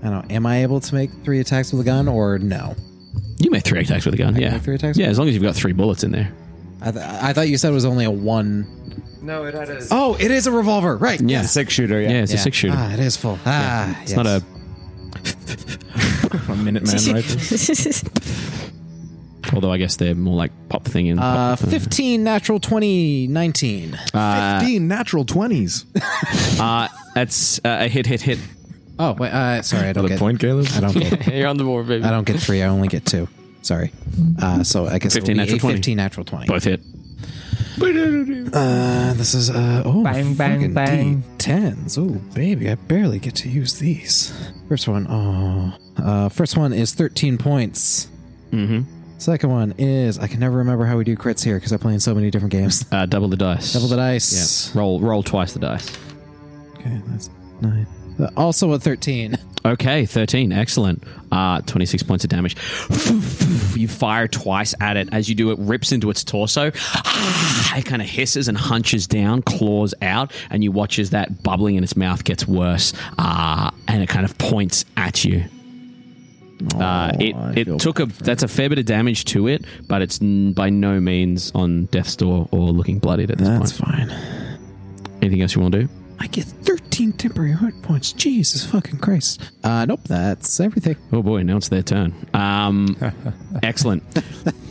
I don't know. Am I able to make three attacks with a gun or no? You make three attacks with a gun. yeah, make three attacks Yeah, with- as long as you've got three bullets in there. I, th- I thought you said it was only a one. No, it had a Oh, it is a revolver, right? Yeah, six shooter. Yeah, it's a Yeah. six shooter. Ah, it is full. Ah, it's not a. A minute man right there. Although I guess they're more like pop thing in. Uh, pop, 15 natural 20 19 Uh, 15 natural 20s. uh, that's uh, a hit, hit, hit. oh wait uh, sorry i don't get Point, Caleb. i don't get You're on the board, baby. i don't get three i only get two sorry uh, so i guess 15 15 natural natural 20. 15 natural 20 Both hit. uh, this is uh oh Bang, bang, fucking bang. d10s oh baby i barely get to use these first one oh uh, first one is 13 points Mm-hmm. second one is i can never remember how we do crits here because i play in so many different games Uh, double the dice. double the Yeah. dice Roll, roll twice the dice. okay that's nine Uh, also a 13 Okay, 13. Excellent. Uh, 26 points of damage. You fire twice at it. As you do, it rips into its torso. It kind of hisses and hunches down, claws out, and you watch as that bubbling in its mouth gets worse. Uh, and it kind of points at you. Oh, Uh, it it took a that's a fair bit of damage to it, but it's n- by no means on death's door or looking bloodied at this that's point. fine Anything else you want to do? I get 13 temporary hit points. Jesus fucking Christ. Uh, nope, that's everything. Oh boy, now it's their turn. Um, excellent.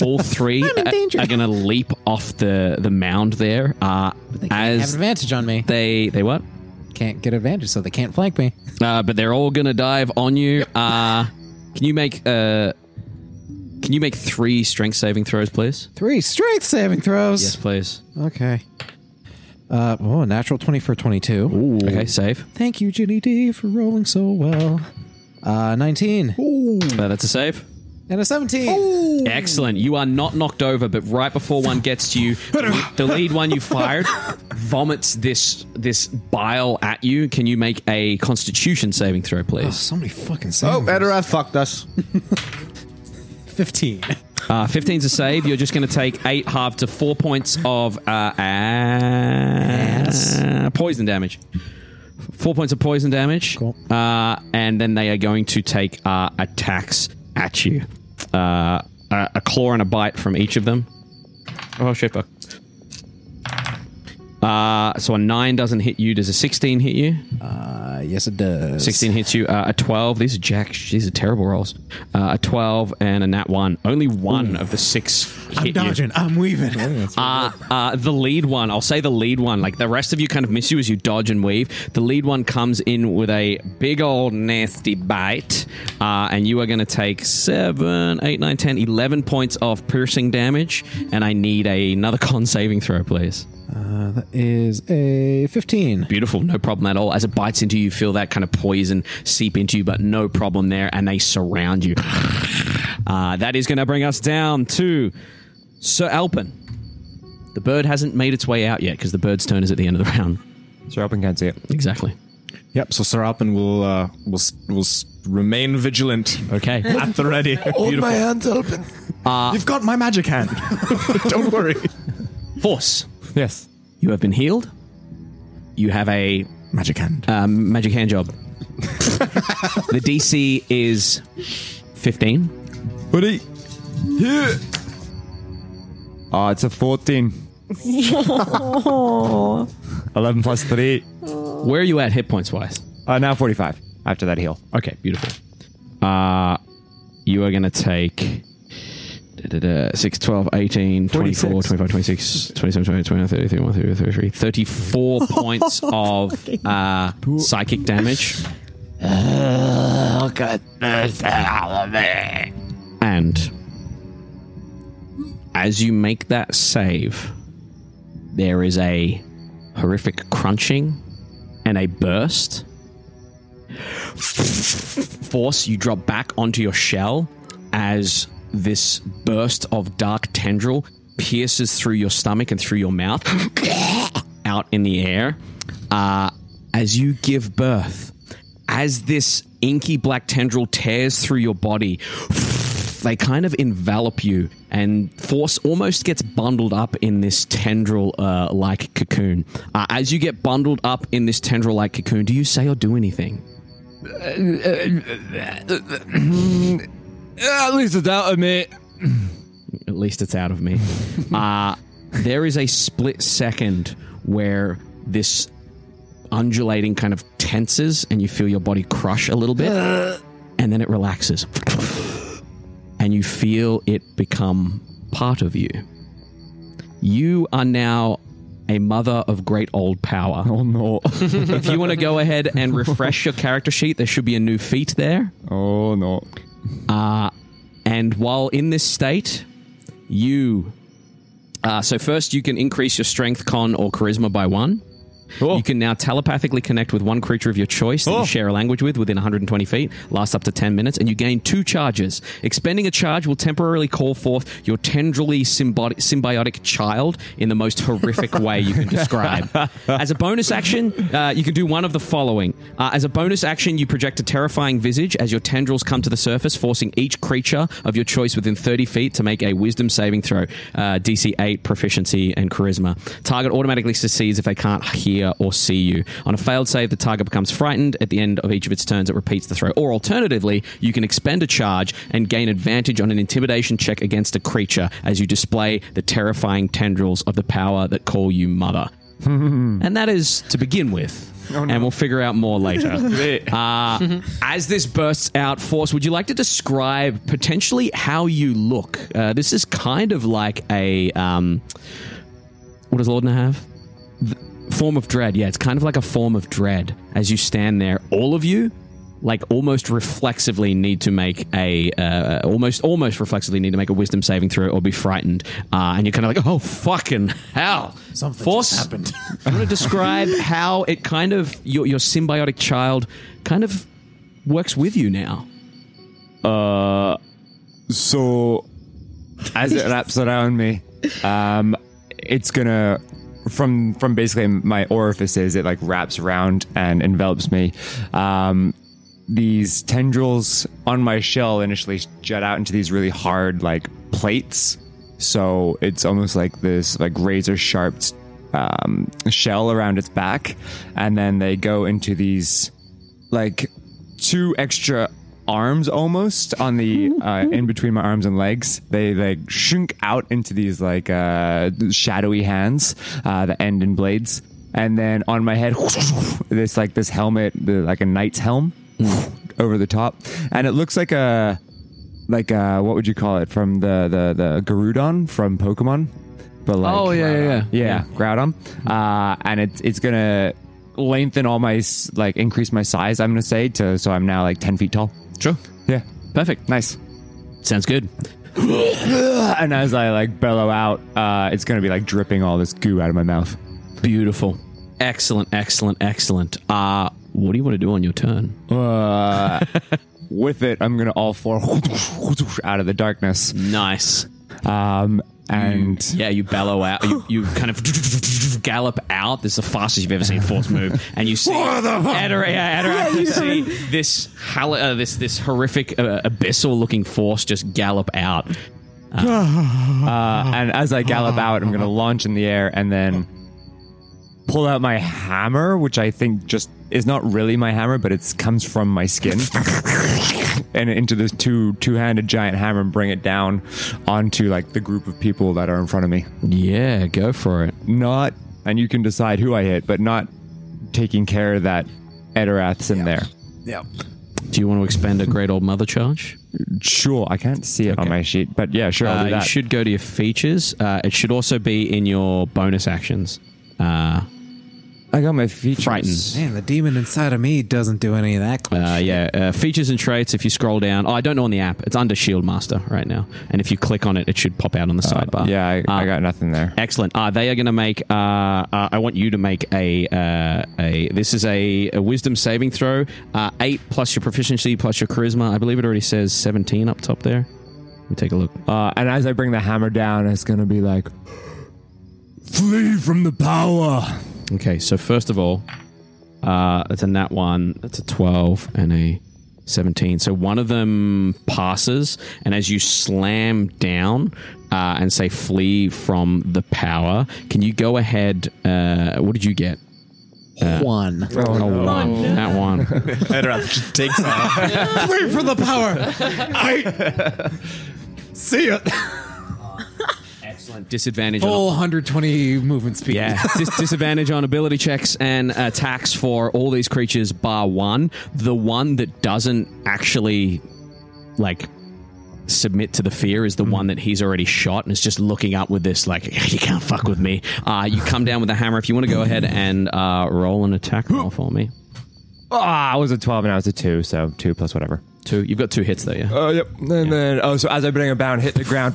All three I'm in a- danger. are going to leap off the the mound there. Uh, have as advantage on me. they they what? Can't get advantage, so they can't flank me. Uh, but they're all going to dive on you. Uh, can you make uh, can you make three strength saving throws, please? Three strength saving Yes, throws. please. Okay. Uh, oh, natural 20 for 22. Okay, save. Thank you, Ginny D, for rolling so well. Uh, 19 Uh, that's a save. and a 17. Excellent. You are not knocked over, but right before one gets to you, the lead one you fired vomits this this bile at you. Can you make a Constitution saving throw, please? So many fucking Oh, saving Edirath fucked us. 15. Uh, 15's a save. You're just going to take eight half to four points of uh, uh, poison damage. Four points of poison damage. Cool. Uh, and then they are going to take uh, attacks at you. Uh, a, a claw and a bite from each of them. Oh, shit, fuck. Uh, so a 9 doesn't hit you. Does a 16 hit you? Uh, Uh, yes, it does. 16 hits you. Uh, a 12. These are jack. These are terrible rolls. Uh, a 12 and a nat 1. Only one of the six hit I'm you. dodging. I'm weaving. Uh, uh, the lead one, I'll say the lead one. Like the rest of you kind of miss you as you dodge and weave. The lead one comes in with a big old nasty bite, uh, and you are going to take seven, eight, nine, ten, eleven points of piercing damage. And I need a, another con saving throw, please. Uh, that is a 15. Beautiful, no problem at all. As it bites into you, you feel that kind of poison seep into you, but no problem there. And they surround you. Uh, that is going to bring us down to Sir Alpin. The bird hasn't made its way out yet because the bird's turn is at the end of the round. Sir Alpin can't see it. Exactly. Yep. So Sir Alpin will uh, will s- will s- remain vigilant Okay. at the ready. Uh, Hold my hands open. You've got my magic hand. Don't worry. Force. Yes. You have been healed. You have a Magic hand. um, magic hand job. the DC is 15. Hoodie. Yeah. Oh, it's a 14. 11 plus 3. Where are you at hit points wise? Uh, now 45 after that heal. Okay, beautiful. Uh, you are going to take da, da, da, 6, 12, 18, 24, 46. 25, 26, 27, 28, 29, 30, 31, 32, 33, 34 points Oh of uh, psychic damage. Look at this holiday. And as you make that save, there is a horrific crunching and a burst. Force, you drop back onto your shell as this burst of dark tendril pierces through your stomach and through your mouth out in the air. Uh, as you give birth, as this inky black tendril tears through your body, they kind of envelop you, and Force almost gets bundled up in this tendril uh, like cocoon. Uh, as you get bundled up in this tendril like cocoon, do you say or do anything? At least it's out of me. At least it's out of me. uh, there is a split second where this undulating kind of tenses, and you feel your body crush a little bit, and then it relaxes. and you feel it become part of you. You are now a mother of great old power. Oh, no. if you want to go ahead and refresh your character sheet, there should be a new feat there. Oh, no. And while in this state, you. Uh, so, first, you can increase your strength, con, or charisma by one. You can now telepathically connect with one creature of your choice that you Oh. share a language with within 120 feet, lasts up to 10 minutes, and you gain two charges. Expending a charge will temporarily call forth your tendrily symbiotic, symbiotic child in the most horrific way you can describe. as a bonus action, uh, you can do one of the following. Uh, as a bonus action, you project a terrifying visage as your tendrils come to the surface, forcing each creature of your choice within 30 feet to make a wisdom saving throw, uh, DC 8, proficiency, and charisma. Target automatically succeeds if they can't hear or see you. On a failed save, the target becomes frightened. At the end of each of its turns, it repeats the throw. Or alternatively, you can expend a charge and gain advantage on an intimidation check against a creature as you display the terrifying tendrils of the power that call you mother. and that is to begin with. And we'll figure out more later. uh, as this bursts out, Force, would you like to describe potentially how you look? Uh, this is kind of like a. Um, what does Lordna have? form of dread. Yeah, it's kind of like a form of dread as you stand there. All of you, like almost reflexively, need to make a uh, almost almost reflexively need to make a wisdom saving throw or be frightened. Uh, and you're kind of like, oh fucking hell! Something just happened. I want to describe how it kind of your your symbiotic child kind of works with you now. So, as it wraps around me, um, it's gonna from from basically my orifices. It like wraps around and envelops me. Um, these tendrils on my shell initially jut out into these really hard like plates. So it's almost like this like razor sharp um, shell around its back, and then they go into these like two extra arms almost on the uh, in between my arms and legs. They like shrink out into these like uh, shadowy hands uh, that end in blades. and then on my head, this like this helmet, the, like a knight's helm, over the top, and it looks like a like uh what would you call it from the the the Garudon from Pokemon, but like Oh yeah, yeah, yeah. yeah, Groudon. Uh, and it's it's gonna lengthen all my s- like increase my size. I'm gonna say to so I'm now like ten feet tall. Sure. Yeah, Perfect. nice. Sounds good. And as I like bellow out, uh, it's gonna be like dripping all this goo out of my mouth. Beautiful. Excellent, excellent, excellent. Uh what do you want to do on your turn? Uh, with it, I'm gonna all four out of the darkness. Nice. Um, and Yeah, you bellow out. You, you kind of gallop out. This is the fastest you've ever seen force move, and you see Adora, yeah, Adora, you see this hal- uh, this this horrific uh, abyssal-looking force just gallop out. Uh, and as I gallop out, I'm going to launch in the air and then pull out my hammer, which I think just is not really my hammer, but it comes from my skin, and into this two two handed giant hammer and bring it down onto like the group of people that are in front of me. Yeah, go for it. Not, and you can decide who I hit, but not taking care that Edorath's in there. Do you want to expend a great old mother charge? Sure, I can't see it on my sheet, but yeah, sure, I'll Uh, do you that. should go to your features. Uh, it should also be in your bonus actions. Uh, I got my features. Frightened. Man, the demon inside of me doesn't do any of that. Uh, yeah, uh, features and traits. If you scroll down, oh, I don't know on the app. It's under Shield Master right now, and if you click on it, it should pop out on the sidebar. Yeah, I, I Uh, got nothing there. Excellent. Uh, they are going to make. Uh, uh, I want you to make a uh, a. This is a, a Wisdom saving throw. Uh, eight plus your proficiency plus your charisma. I believe it already says seventeen up top there. Let me take a look. Uh, and as I bring the hammer down, it's gonna be like, flee from the power. Okay, so first of all, uh, that's a nat one, that's a 12, and a 17. So one of them passes, and as you slam down uh, and say flee from the power, can you go ahead? Uh, what did you get? One. Oh, one. That one. Edorath just takes off. Free from the power. See ya. Excellent. Disadvantage. on- Full 120 movement speed. Yeah, Dis- disadvantage on ability checks and attacks for all these creatures, bar one. The one that doesn't actually like submit to the fear is the one that he's already shot and is just looking up with this like you can't fuck with me. Uh, you come down with a hammer if you want to go ahead and uh, roll an attack roll for me. Ah, I was a twelve and I was a two, so two plus whatever. Two, you've got two hits though, yeah. Oh, yep. And then, oh, so as I bring it down, hit the ground,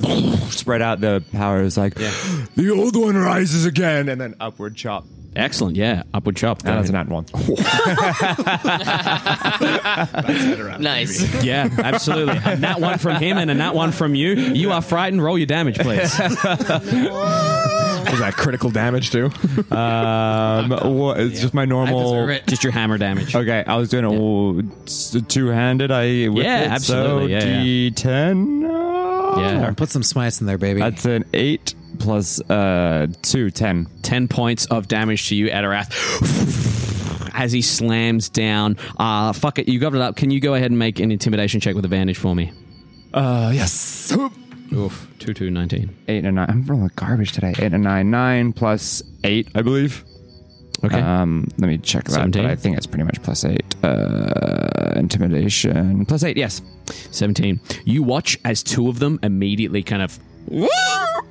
spread out the power. It's like, the old one rises again, and then upward chop. Excellent, yeah. Upward chop. And that's an at one. Nice. yeah, absolutely. And that one from him and a that one from you. You are frightened. Roll your damage, please. Is that critical damage too? Um, what, it's just my normal. Just your hammer damage. Okay, I was doing it all two handed. I with Yeah, it, absolutely, yeah, So yeah. D10. uh, Yeah. Put some smites in there, baby. That's an eight plus uh, two, ten. 10 points of damage to you, Adarath. As he slams down. Uh, fuck it, you got it up. Can you go ahead and make an intimidation check with advantage for me? Uh, yes. Oof. 2 2 19. Eight and nine. I'm rolling garbage today. Eight and nine. Nine plus eight, I believe. Okay. Um, let me check that. Seventeen? But I think it's pretty much plus eight. Uh, intimidation plus eight. Yes. 17. You watch as two of them immediately kind of.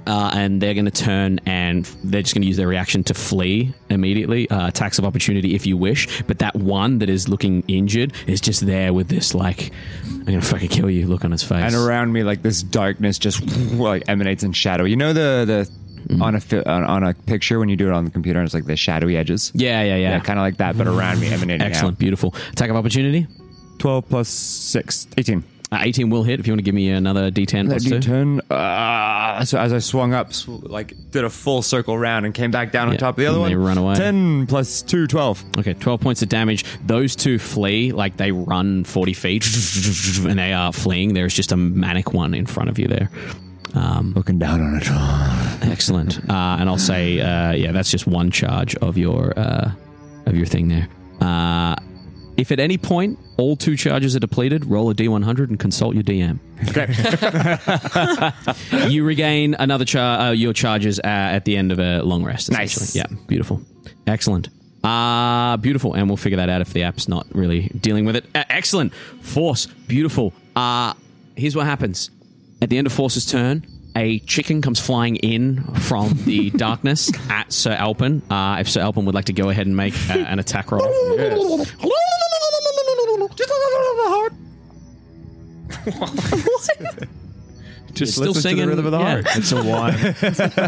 Uh, and they're going to turn and they're just going to use their reaction to flee immediately. Uh, attacks of opportunity if you wish. But that one that is looking injured is just there with this, like, I'm going to fucking kill you look on his face. And around me, like this darkness just like emanates in shadow. You know the Mm-hmm. the on a fi- on, on a picture when you do it on the computer, and it's like the shadowy edges. yeah, yeah, yeah. Yeah, kind of like that, but around me emanating. out. Excellent. Beautiful. Attack of opportunity? Twelve plus six. Eighteen. Uh, 18 will hit if you want to give me another d10 plus Let me 2. turn. Ah, so as I swung up, sw- like did a full circle round and came back down on Yeah, top of the other and one. they run away. 10 plus 2, 12. Okay, 12 points of damage. Those two flee, like they run 40 feet and they are fleeing. There's just a manic one in front of you there. Um, Looking down on it. excellent. Uh, and I'll say, uh, yeah, that's just one charge of your uh, of your thing there. Uh, if at any point all two charges are depleted, roll a d100 and consult your DM. you regain another char- uh, your charges uh, at the end of a long rest. Nice. essentially. Yeah, beautiful. Excellent. Ah, beautiful. And we'll figure that out if the app's not really dealing with it. Uh, excellent. Force, beautiful. Ah, here's what happens. At the end of Force's turn, a chicken comes flying in from the darkness at Sir Alpin. Uh, if Sir Alpin would like to go ahead and make uh, an attack roll. Just You're still listen singing. to the rhythm of the heart. It's a one.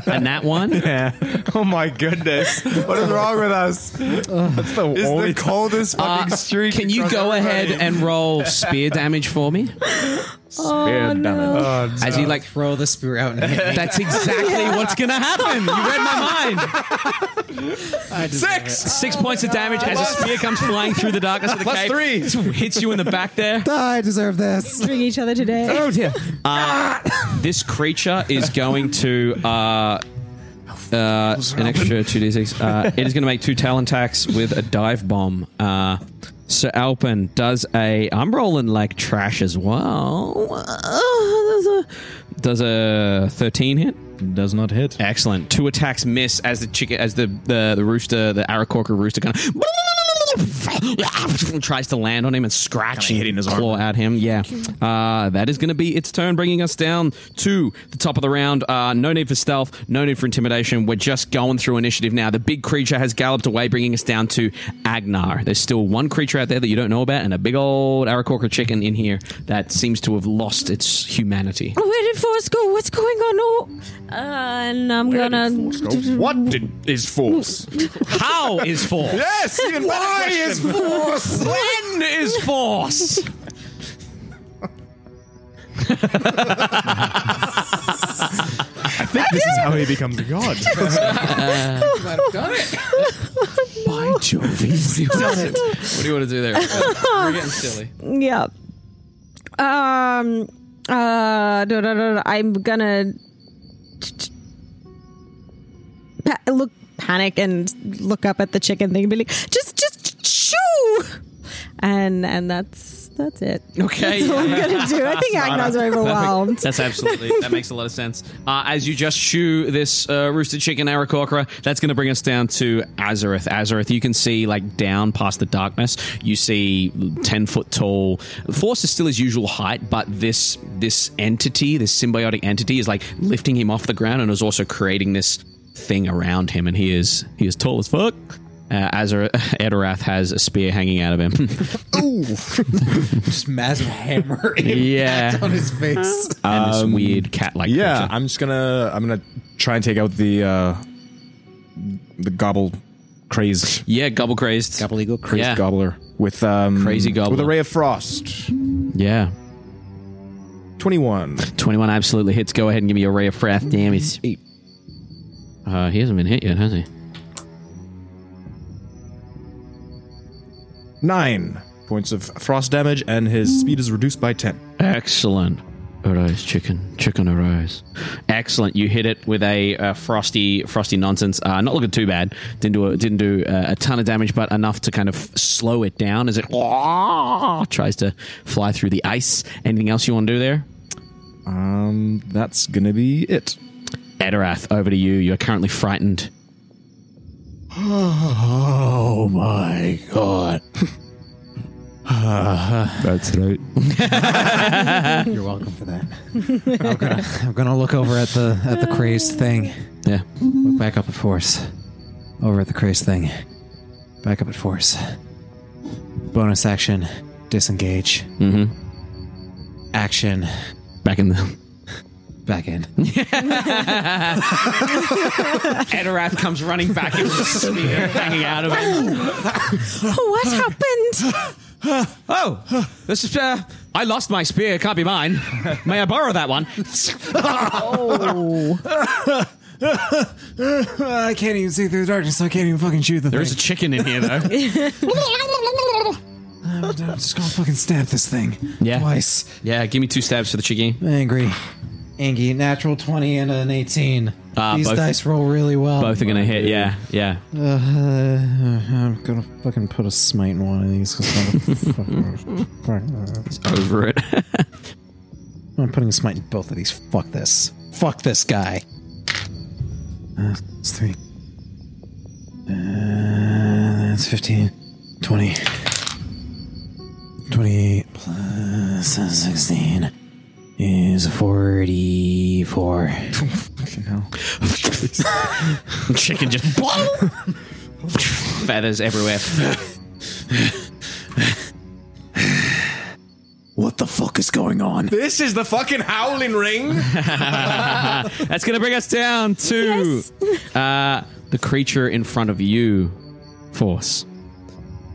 and that one? Oh my goodness! What is wrong with us? That's the, Oh, only- coldest fucking streak. Uh, Can you go ahead and roll spear damage for me? oh, As you like Throw the spear out and hit me. That's exactly what's going to happen. You read my mind. Six. Six points of damage as a spear comes flying through the darkness of the cave. three. Hits you in the back there. I deserve this. Doing each other today. Oh dear. This creature is going to. Uh, uh, an extra 2d6. Uh, it is going to make two talon attacks with a dive bomb. Uh, Sir Alpin does a. I'm rolling like trash as well. Uh, does, a, does a 13 hit? Does not hit. Excellent. Two attacks miss as the chicken, as the the, the rooster, the Arakorka rooster, kind of tries to land on him and scratch and hitting his claw at him. Yeah, uh, that is going to be its turn, bringing us down to the top of the round. Uh, no need for stealth, no need for intimidation. We're just going through initiative now. The big creature has galloped away, bringing us down to Agnar. There's still one creature out there that you don't know about, and a big old Arakorka chicken in here that seems to have lost its humanity. Where did Force go? What's going on? Oh, and I'm gonna. What did, is force? How is force? Yes, even why is force? When is force? I think this is how he becomes a god. By Jove, What do you want to do there? We're getting silly. Yeah. Um. Uh. da- da- da- da- I'm gonna pa- look panic and look up at the chicken thing and be like, just, just shoo. And and that's that's it. Okay. That's all I'm gonna do. I think Agnar's overwhelmed. That's absolutely. That makes a lot of sense. Uh, as you just shoo this uh, roosted chicken Arakocra, that's going to bring us down to Azareth. Azareth, you can see like down past the darkness. You see ten foot tall. Force is still his usual height, but this this entity, this symbiotic entity, is like lifting him off the ground and is also creating this thing around him. And he is he is tall as fuck. Uh, Azareth, Edorath has a spear hanging out of him. Just massive hammer yeah, on his face. and this weird cat-like. Yeah, creature. I'm just gonna I'm gonna try and take out the uh the gobble crazed yeah, gobble crazed. Couple legal crazy yeah. gobbler with um Crazy with gobbler. a ray of frost. Yeah. Twenty one. 21 absolutely hits. Go ahead and give me a ray of wrath damage. Uh, he hasn't been hit yet, has he? Nine points of frost damage and his speed is reduced by ten. Excellent. Arise, chicken. Chicken, arise. Excellent. You hit it with a uh, frosty, frosty nonsense. Uh, not looking too bad. Didn't do a, didn't do uh, a ton of damage, but enough to kind of slow it down as it tries to fly through the ice. Anything else you want to do there? Um that's gonna be it. Edorath, over to you. You're currently frightened. Oh my god. That's right. You're welcome for that. I'm gonna, I'm gonna look over at the at the crazed thing. Yeah. Look back up at force. Over at the crazed thing. Back up at force. Bonus action. Disengage. Mm-hmm. Action. Back in the Back in. Edorath comes running back and spear hanging out of him. what happened? Oh, this is. Uh, I lost my spear. It Can't be mine. May I borrow that one? I can't even see through the darkness. So I can't even fucking shoot the There's a chicken in here, though. I'm just gonna fucking stab this thing. Yeah. Twice. Yeah, give me two stabs for the chicken. Angry. Angie, natural 20 and an 18. Ah, These both- dice roll really well. Both are gonna hit. Yeah, yeah. Uh, I'm gonna fucking put a smite in one of these. 'cause I'm, gonna- Over it. I'm putting a smite in both of these. Fuck this. Fuck this guy. Uh, it's three. Uh, plus 15, 20. 20 plus 16 is 44. Chicken just feathers everywhere. What the fuck is going on? This is the fucking howling ring. That's gonna bring us down to uh, the creature in front of you, Force.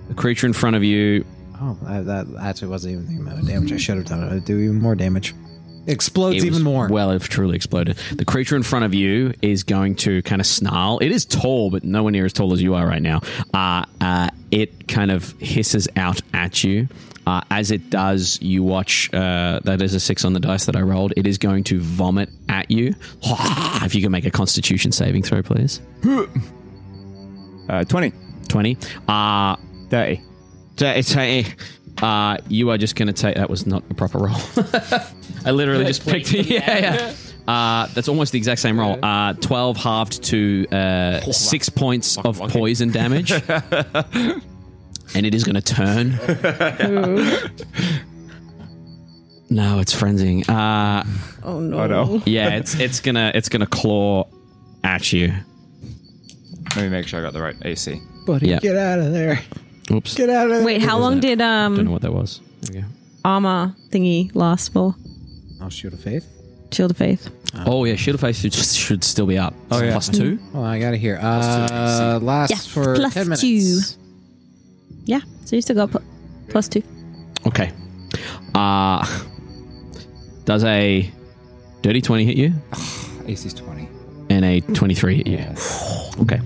The creature in front of you. Oh, I, that actually wasn't even thinking about damage. I should have done it. I'd do even more damage. it Explodes was- even more. Well, it truly exploded. The creature in front of you is going to kind of snarl. It is tall, but nowhere near as tall as you are right now. Uh, uh, it kind of hisses out at you. Uh, as it does, you watch. Uh, that is a six on the dice that I rolled. It is going to vomit at you. If you can make a Constitution saving throw, please. Uh, 20. 20. Uh, 30. it's a, uh, you are just going to take. That was not a proper roll. I literally just picked it. Yeah, yeah. Uh, that's almost the exact same roll. Uh, 12 halved to uh, six points of poison damage. and it is going to turn. no, it's frenzying. Uh, Oh no. Oh no. yeah, it's it's gonna it's gonna claw at you. Let me make sure I got the right AC. Buddy, yeah. get out of there. Oops. Get out of there. Wait, how long did Don't know um what that was. There we go. armor thingy last for? I'll Oh, shoot a faith. Shield of Faith. Oh yeah, shield of face should, should still be up. Oh, yeah. Plus two. Oh, I got to hear. Uh, lasts Yes, for plus 10 minutes. two. Yeah. So you still got pl- plus two. Okay. Uh does a dirty twenty hit you AC's 20. and a twenty-three hit you? Okay.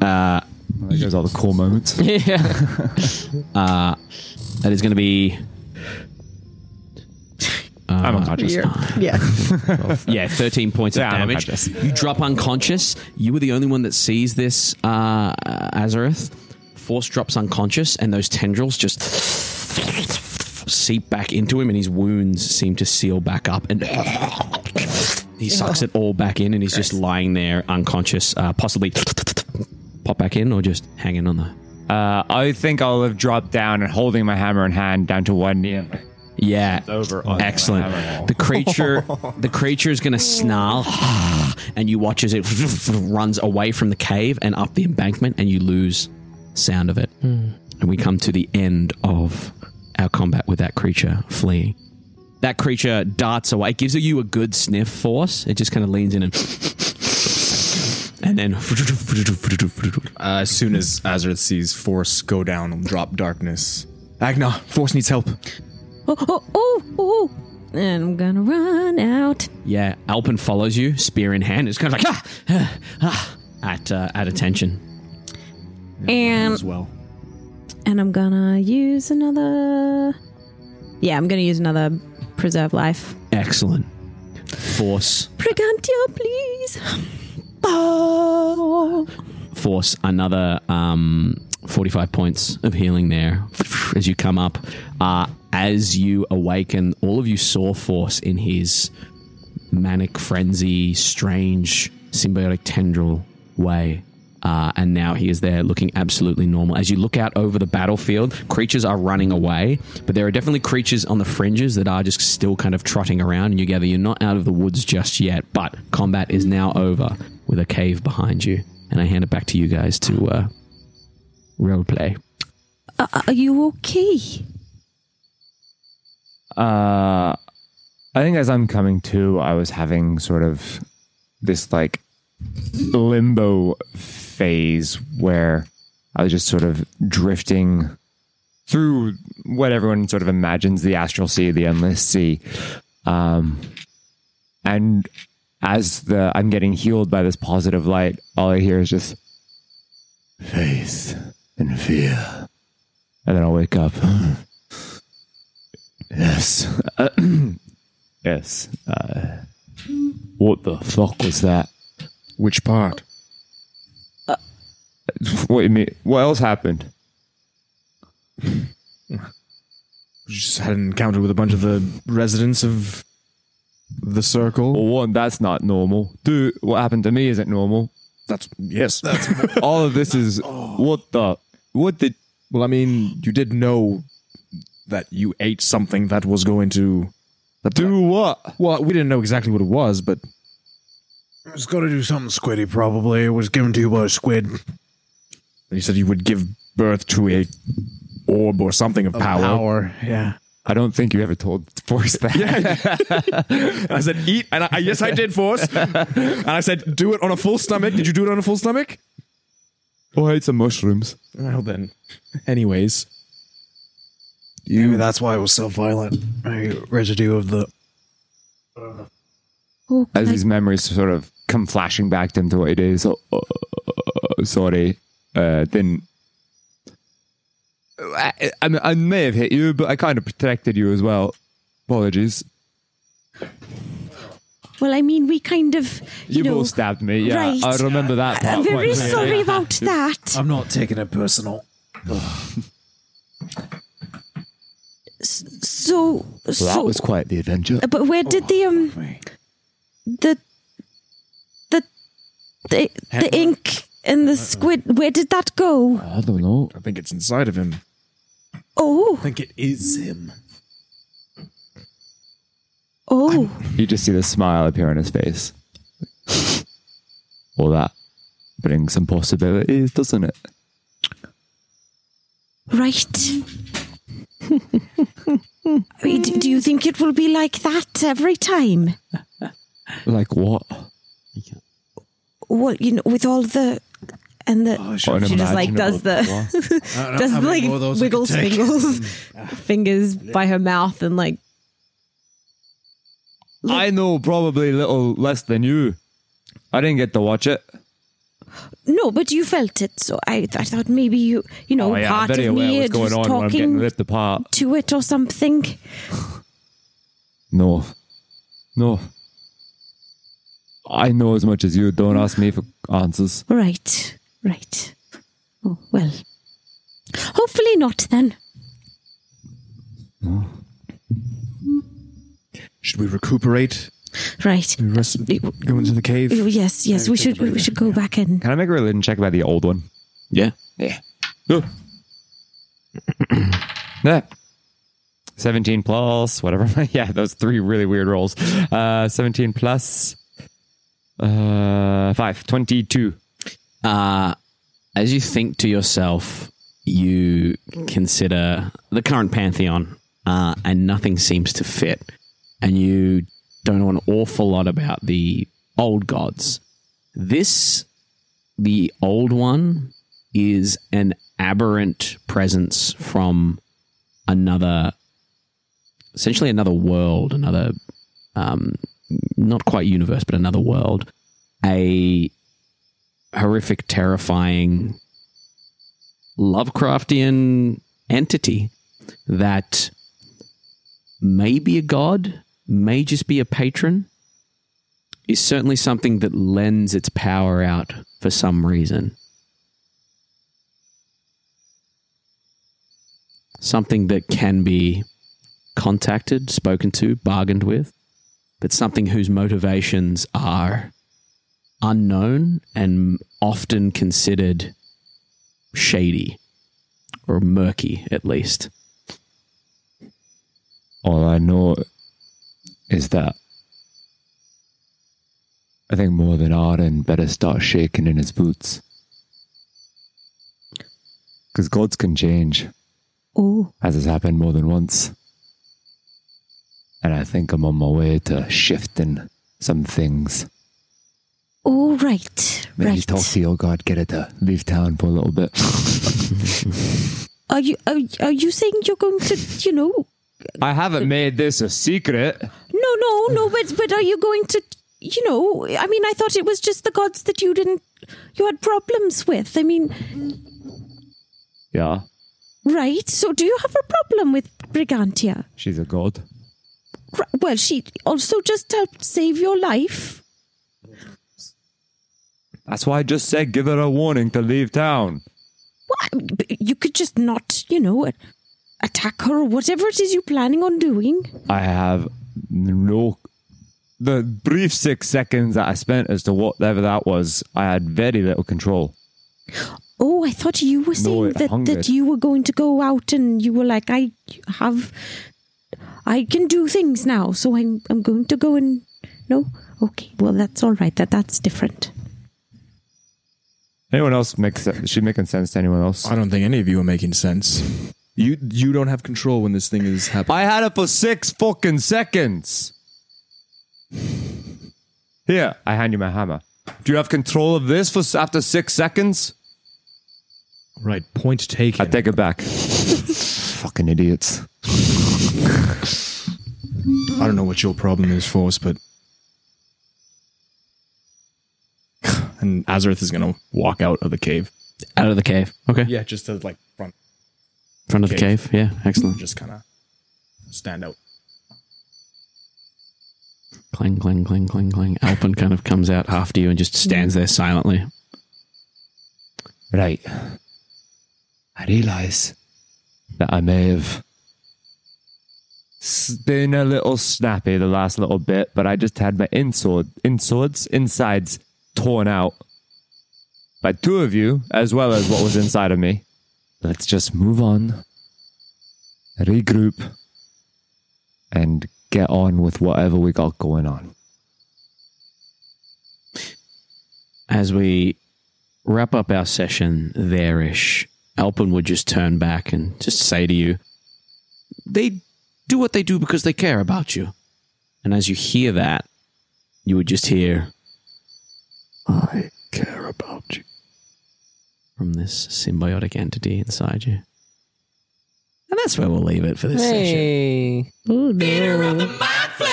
Well, there goes all the cool moments. Yeah. uh, that is going to be uh, I'm unconscious. Yeah. yeah, thirteen points Yeah, of I'm damage. unconscious. You drop unconscious. You were the only one that sees this, uh, Azareth. Force drops unconscious, and those tendrils just seep back into him, and his wounds seem to seal back up, and he sucks it all back in, and he's just lying there unconscious, uh, possibly pop back in or just hanging on the. Uh, I think I'll have dropped down and holding my hammer in hand down to one knee. and, like, Yeah, over on the hammer. Excellent. The creature, the creature is going to snarl, and you watch as it runs away from the cave and up the embankment, and you lose sound of it. And we come to the end of our combat with that creature fleeing. That creature darts away. It gives you a good sniff force. It just kind of leans in and. And then, Uh, as soon as Azareth sees Force go down and drop darkness, Agna, Force needs help. Oh, oh, oh, oh. And I'm gonna run out. yeah, Alpin follows you, spear in hand. It's kind of like ah, ah, ah, at uh, at attention. And well. and I'm gonna use another Yeah, I'm gonna use another preserve life. Excellent force. Brigantio, please. Oh. force another um, 45 points of healing there as you come up. Uh, as you awaken, all of you saw Force in his manic frenzy, strange symbiotic tendril way. Uh, and now he is there looking absolutely normal. As you look out over the battlefield, creatures are running away, but there are definitely creatures on the fringes that are just still kind of trotting around, and you gather you're not out of the woods just yet, but combat is now over with a cave behind you. And I hand it back to you guys to uh, roleplay. Are you okay? uh, I think as I'm coming to, I was having sort of this like limbo phase where I was just sort of drifting through what everyone sort of imagines the astral sea, the endless sea. Um, and as the I'm getting healed by this positive light, all I hear is just Faith and fear. and then I'll wake up. Yes. yes. Uh, what the fuck was that? Which part? What do you mean? What else happened? We just had an encounter with a bunch of the residents of the circle. Oh, Well, one, that's not normal. Two, what happened to me isn't normal. That's yes. That's All of this is what the what the well. I mean, you did know that you ate something that was going to. do what? Well, we didn't know exactly what it was, but It's got to do something squiddy, probably. It was given to you by a squid. you said you would give birth to a orb or something of power. Power, yeah. I don't think you ever told Force that. I said eat, and I, yes, I did force. and I said do it on a full stomach. Did you do it on a full stomach? Oh, I ate some mushrooms. Well then, anyways, Maybe that's why it was so violent. Maybe residue of the. Oh, As these memories sort of come flashing back to him to what it is. Oh, oh, oh, sorry. Uh, then I, I, mean, I may have hit you, but I kind of protected you as well. Apologies. well, I mean, we kind of, You, you, know, both stabbed me. Yeah, right. I remember that part. I'm very quite clearly. sorry about that. I'm not taking it personal. So, so, uh, quite the adventure. but where Oh, did the um, the, the, the, the ink and Uh-uh. the squid? Where did that go? I don't know. I think it's inside of him. Oh, think it is him. oh, You just see the smile appear on his face. well, that brings some possibilities, doesn't it? right. I mean, do, do you think it will be like that every time? Like what? Well, you know, with all the and the sure. she just like does the does how many the, like more of those I wiggles could take. fingers fingers by her mouth and like I know probably little less than you. I didn't get to watch it. no, but you felt it, so I I thought maybe you you Oh, know part of me it when was I'm getting talking ripped apart. to it or something. No. No. I know as much as you. Don't ask me for answers. Right, right. Oh well, hopefully not then. Should we recuperate? Right. We rest, go into the Oh, cave. Yes, yes, we should we should go back in. Can I make a religion check about the old one? Yeah. Yeah. yeah. 17 plus, whatever. yeah, those three really weird rolls. Uh, 17 plus uh, 5, 22. Uh, as you think to yourself, you consider the current pantheon, uh, and nothing seems to fit. And you don't know an awful lot about the old gods. This, the old one, is an aberrant presence from another, essentially another world, another, um, not quite universe, but another world. A horrific, terrifying Lovecraftian entity that may be a god, may just be a patron, is certainly something that lends its power out for some reason. Something that can be contacted, spoken to, bargained with, but something whose motivations are unknown and often considered shady or murky at least All I know is that I think more than Arden better start shaking in his boots. Because gods can change, Oh, as has happened more than once. And I think I'm on my way to shifting some things. oh, right, Maybe right. talk to your god, get it to leave town for a little bit. Are you are, are you saying you're going to you know I haven't made this a secret. no no no but but are you going to you know I mean I thought it was just the gods that you didn't you had problems with I mean Yeah, right so do you have a problem with Brigantia she's a god. R- well she also just helped save your life That's why I just said give her a warning to leave town. well, I mean, b- you could just not you know a- attack her or whatever it is you're planning on doing I have no the brief six seconds that I spent as to whatever that was, I had very little control. Oh, I thought you were saying it that, hungered. that you were going to go out and you were like, I have, I can do things now, so I'm I'm going to go and no, okay, well that's all right. That that's different. Anyone else makes se- is she making sense to anyone else? I don't think any of you are making sense. You you don't have control when this thing is happening. I had it for six fucking seconds. Here, I hand you my hammer. Do you have control of this for s- after six seconds? Right, point I taken. take it back. fucking idiots. I don't know what your problem is, Force, but. And Azareth is gonna walk out of the cave. Out of the cave. Okay. Yeah, just to like front, Front of the cave. Yeah. Excellent. just kind of stand out. Clang, clang, clang, clang, clang. Alpin kind of comes out after you and just stands there silently. Right. I realize that I may have s- been a little snappy the last little bit, but I just had my insword, inswords, insides torn out by two of you, as well as what was inside of me. Let's just move on, regroup, and get on with whatever we got going on. as we wrap up our session there ish, Alpin would just turn back and just say to you, They do what they do because they care about you. And as you hear that, you would just hear, I care about you. From this symbiotic entity inside you. And that's where we'll leave it for this session. Hey.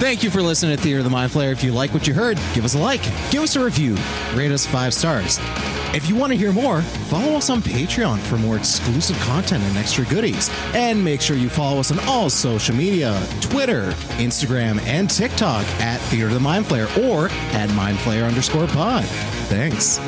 Thank you for listening to Theater of the Mind Flayer. If you like what you heard, give us a like, give us a review, rate us five stars. If you want to hear more, follow us on Patreon for more exclusive content and extra goodies. And make sure you follow us on all social media Twitter, Instagram, and TikTok at Theater of the Mind Flayer or at Mind Flayer underscore pod. Thanks.